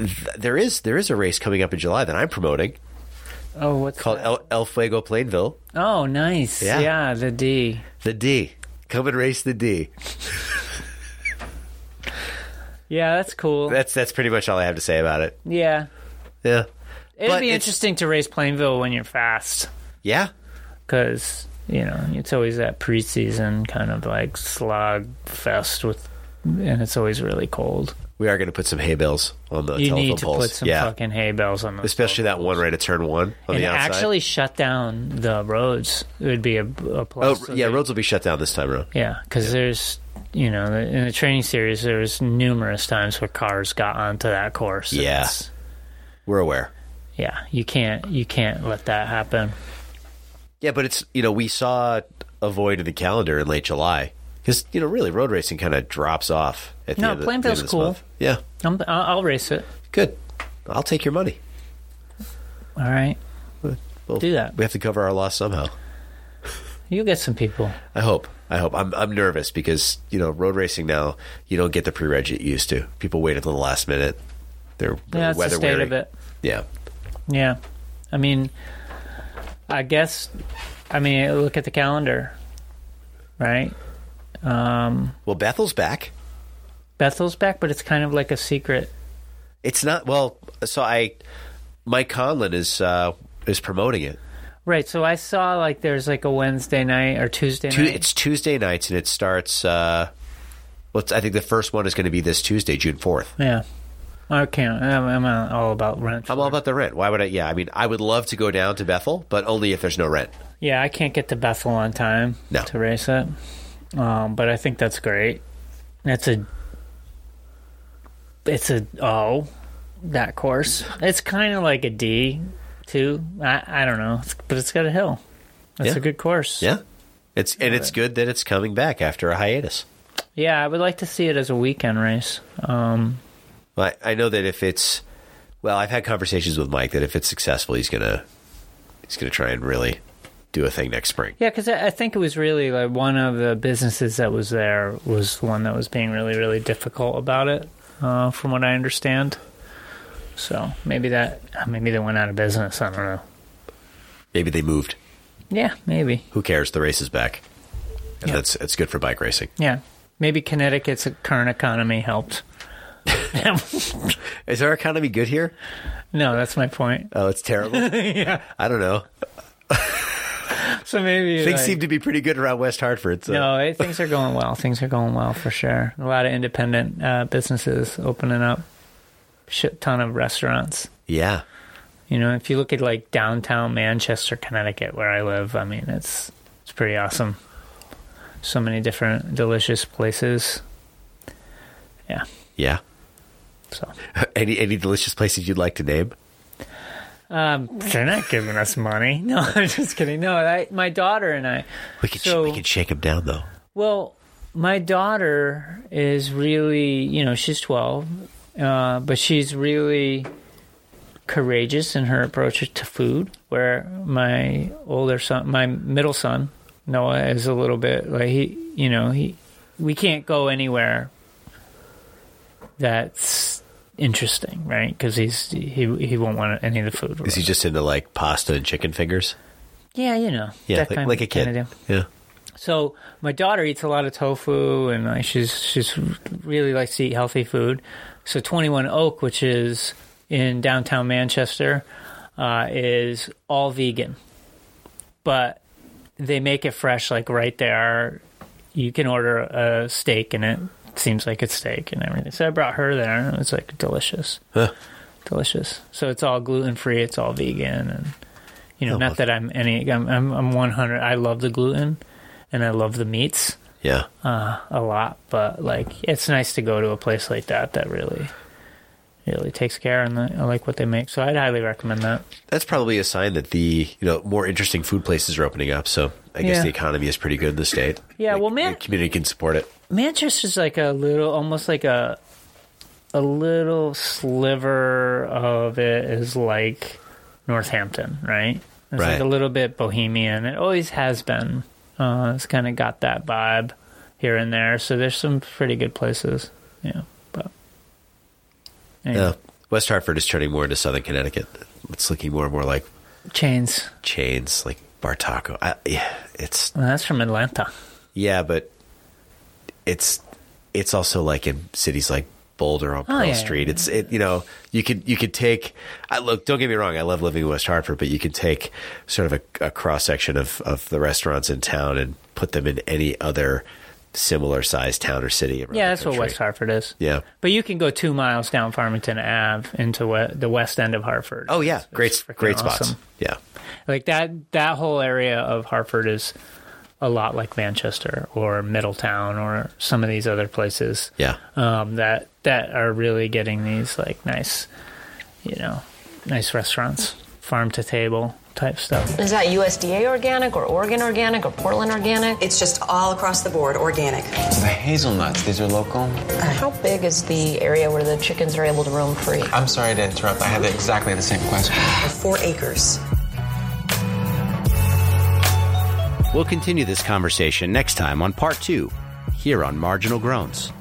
Speaker 2: it.
Speaker 1: th- there is there is a race coming up in July that I'm promoting
Speaker 2: Oh, what's
Speaker 1: called El, El Fuego Plainville.
Speaker 2: that? Oh, nice.
Speaker 1: Yeah.
Speaker 2: Yeah. the D.
Speaker 1: The D. Come and race the D.
Speaker 2: Yeah, that's cool.
Speaker 1: That's that's pretty much all I have to say about it.
Speaker 2: yeah,
Speaker 1: Yeah.
Speaker 2: it'd
Speaker 1: But
Speaker 2: be
Speaker 1: it's-
Speaker 2: interesting to race Plainville when you're fast,
Speaker 1: Yeah.
Speaker 2: because you know it's always that preseason kind of like slog fest with, and it's always really cold.
Speaker 1: We are going to put some hay bales on the
Speaker 2: You
Speaker 1: telephone
Speaker 2: need to
Speaker 1: poles.
Speaker 2: put some
Speaker 1: yeah.
Speaker 2: fucking hay bales on those.
Speaker 1: Especially that one right at turn one on
Speaker 2: and
Speaker 1: the outside.
Speaker 2: actually shut down the roads. It would be a, a
Speaker 1: oh
Speaker 2: plus.
Speaker 1: yeah, roads will be shut down this time around.
Speaker 2: Yeah, because there's, you know, the- in the training series, there was numerous times where cars got onto that course. and
Speaker 1: Yeah.
Speaker 2: it's-
Speaker 1: We're aware.
Speaker 2: yeah. You can't, you can't let that happen.
Speaker 1: Yeah, but it's you know we saw a void in the calendar in late July because you know really road racing kind of drops off at the
Speaker 2: No,
Speaker 1: end of,
Speaker 2: Plainville's
Speaker 1: the end of this
Speaker 2: cool.
Speaker 1: month. Yeah,
Speaker 2: I'm, I'll, I'll race it.
Speaker 1: good. I'll take your money.
Speaker 2: All right,
Speaker 1: We'll,
Speaker 2: Do that.
Speaker 1: We have to cover our loss somehow.
Speaker 2: you get some people.
Speaker 1: I hope. I hope. I'm I'm nervous because you know road racing now you don't get the pre-reg you used to. People wait until the last minute. They're
Speaker 2: Yeah, that's the
Speaker 1: weather
Speaker 2: state
Speaker 1: wary.
Speaker 2: of it.
Speaker 1: Yeah,
Speaker 2: Yeah, I mean, I guess, I mean, look at the calendar, right?
Speaker 1: Well, Bethel's back.
Speaker 2: Bethel's back, but it's kind of like a secret.
Speaker 1: It's not well. So I, Mike Conlon is uh, is promoting it.
Speaker 2: Right, so I saw like there's like a Wednesday night or Tuesday
Speaker 1: Tu-
Speaker 2: night.
Speaker 1: It's Tuesday nights and it starts. Uh, well, it's- I think the first one is going to be this Tuesday, June fourth.
Speaker 2: Yeah. I can't. I'm, I'm all about rent.
Speaker 1: I'm all about the rent. Why would I? Yeah, I mean, I would love to go down to Bethel, but only if there's no rent.
Speaker 2: yeah, I can't get to Bethel on time
Speaker 1: No.
Speaker 2: to race it. Um, but I think that's great. That's a. It's a oh, that course. It's kind of like a D, too. I I don't know, It's- but it's got a hill. That's
Speaker 1: Yeah.
Speaker 2: a good course.
Speaker 1: Yeah, it's and it's good that it's coming back after a hiatus.
Speaker 2: Yeah, I would like to see it as a weekend race. Um,
Speaker 1: Well, I, I know that if it's well, I've had conversations with Mike that if it's successful, he's gonna he's gonna try and really do a thing next spring.
Speaker 2: yeah, because I, I think it was really like one of the businesses that was there was the one that was being really really difficult about it, uh, from what I understand. So maybe that maybe they went out of business. I don't know.
Speaker 1: Maybe they moved.
Speaker 2: Yeah, maybe.
Speaker 1: Who cares? The race is back, and that's it's good for bike racing.
Speaker 2: Yeah, maybe Connecticut's current economy helped.
Speaker 1: Is our economy good here?
Speaker 2: no, that's my point.
Speaker 1: Oh, it's terrible.
Speaker 2: yeah.
Speaker 1: I don't know.
Speaker 2: So maybe
Speaker 1: Things
Speaker 2: like-
Speaker 1: seem to be pretty good around West Hartford. So.
Speaker 2: No, it, things are going well. Things are going well for sure. A lot of independent uh, businesses opening up, shit ton of restaurants.
Speaker 1: Yeah.
Speaker 2: You know, if you look at like downtown Manchester, Connecticut, where I live, I mean, it's it's pretty awesome. So many different delicious places. Yeah.
Speaker 1: Yeah.
Speaker 2: So
Speaker 1: Any any delicious places you'd like to name?
Speaker 2: um, they're not giving us money. No, I'm just kidding. No, I, my daughter and I.
Speaker 1: We could
Speaker 2: So-
Speaker 1: we could shake them down though.
Speaker 2: Well, my daughter is really, you know, she's 12, uh, but she's really courageous in her approach to food. Where my older son, my middle son, Noah, is a little bit like he, you know, he, we can't go anywhere that's interesting, right? Because he's he he won't want any of the food.
Speaker 1: Is he just into like pasta and chicken fingers?
Speaker 2: yeah, you know,
Speaker 1: Yeah,
Speaker 2: that
Speaker 1: like,
Speaker 2: kind-
Speaker 1: like a kid.
Speaker 2: kinda deal.
Speaker 1: yeah.
Speaker 2: So my daughter eats a lot of tofu, and like she's she's really likes to eat healthy food. So Twenty One Oak, which is in downtown Manchester, uh, is all vegan, but they make it fresh, like right there. You can order a steak, and it seems like it's steak and everything. So I brought her there, and it was like delicious, delicious. So it's all gluten free, it's all vegan, and you know, not that I'm any, I'm, I'm, I'm 100. I love the gluten, and I love the meats
Speaker 1: Yeah.
Speaker 2: uh, a lot, but like it's nice to go to a place like that that really, really takes care and I like what they make. So I'd highly recommend that.
Speaker 1: That's probably a sign that the, you know, more interesting food places are opening up. So I guess
Speaker 2: Yeah.
Speaker 1: the economy is pretty good in the state.
Speaker 2: Yeah,
Speaker 1: The-
Speaker 2: well, man-
Speaker 1: The community can support it.
Speaker 2: Manchester's like a little, almost like a, a little sliver of it is like Northampton, right? It's
Speaker 1: Right.
Speaker 2: like a little bit bohemian. It always has been. Uh, it's kind of got that vibe here and there. So there's some pretty good places. Yeah, but anyway,
Speaker 1: Yeah. West Hartford is turning more into Southern Connecticut. It's looking more and more like
Speaker 2: chains.
Speaker 1: chains, like Bar Taco. I, yeah, it's
Speaker 2: Well, that's from Atlanta.
Speaker 1: yeah, but it's it's also like in cities like Boulder on Pearl
Speaker 2: Oh, yeah,
Speaker 1: Street. It's it you know you could you could take I look don't get me wrong I love living in West Hartford, but you can take sort of a, a cross section of of the restaurants in town and put them in any other similar sized town or city. around
Speaker 2: Yeah,
Speaker 1: the
Speaker 2: that's what
Speaker 1: country.
Speaker 2: West Hartford is.
Speaker 1: Yeah.
Speaker 2: But you can go two miles down Farmington Ave into we- the west end of Hartford.
Speaker 1: Oh yeah,
Speaker 2: It's- it's
Speaker 1: great
Speaker 2: freaking
Speaker 1: great spots.
Speaker 2: awesome.
Speaker 1: Yeah.
Speaker 2: Like that that whole area of Hartford is a lot like Manchester or Middletown or some of these other places.
Speaker 1: Yeah.
Speaker 2: Um, that that are really getting these like nice, you know, nice restaurants, farm to table type stuff.
Speaker 8: Is that USDA organic or Oregon organic or Portland organic?
Speaker 9: It's just all across the board organic.
Speaker 10: The hazelnuts, these are local.
Speaker 8: Uh, How big is the area where the chickens are able to roam free?
Speaker 10: I'm sorry to interrupt. I had exactly the same question.
Speaker 9: Four acres.
Speaker 11: We'll continue this conversation next time on part two here on Marginal Groans.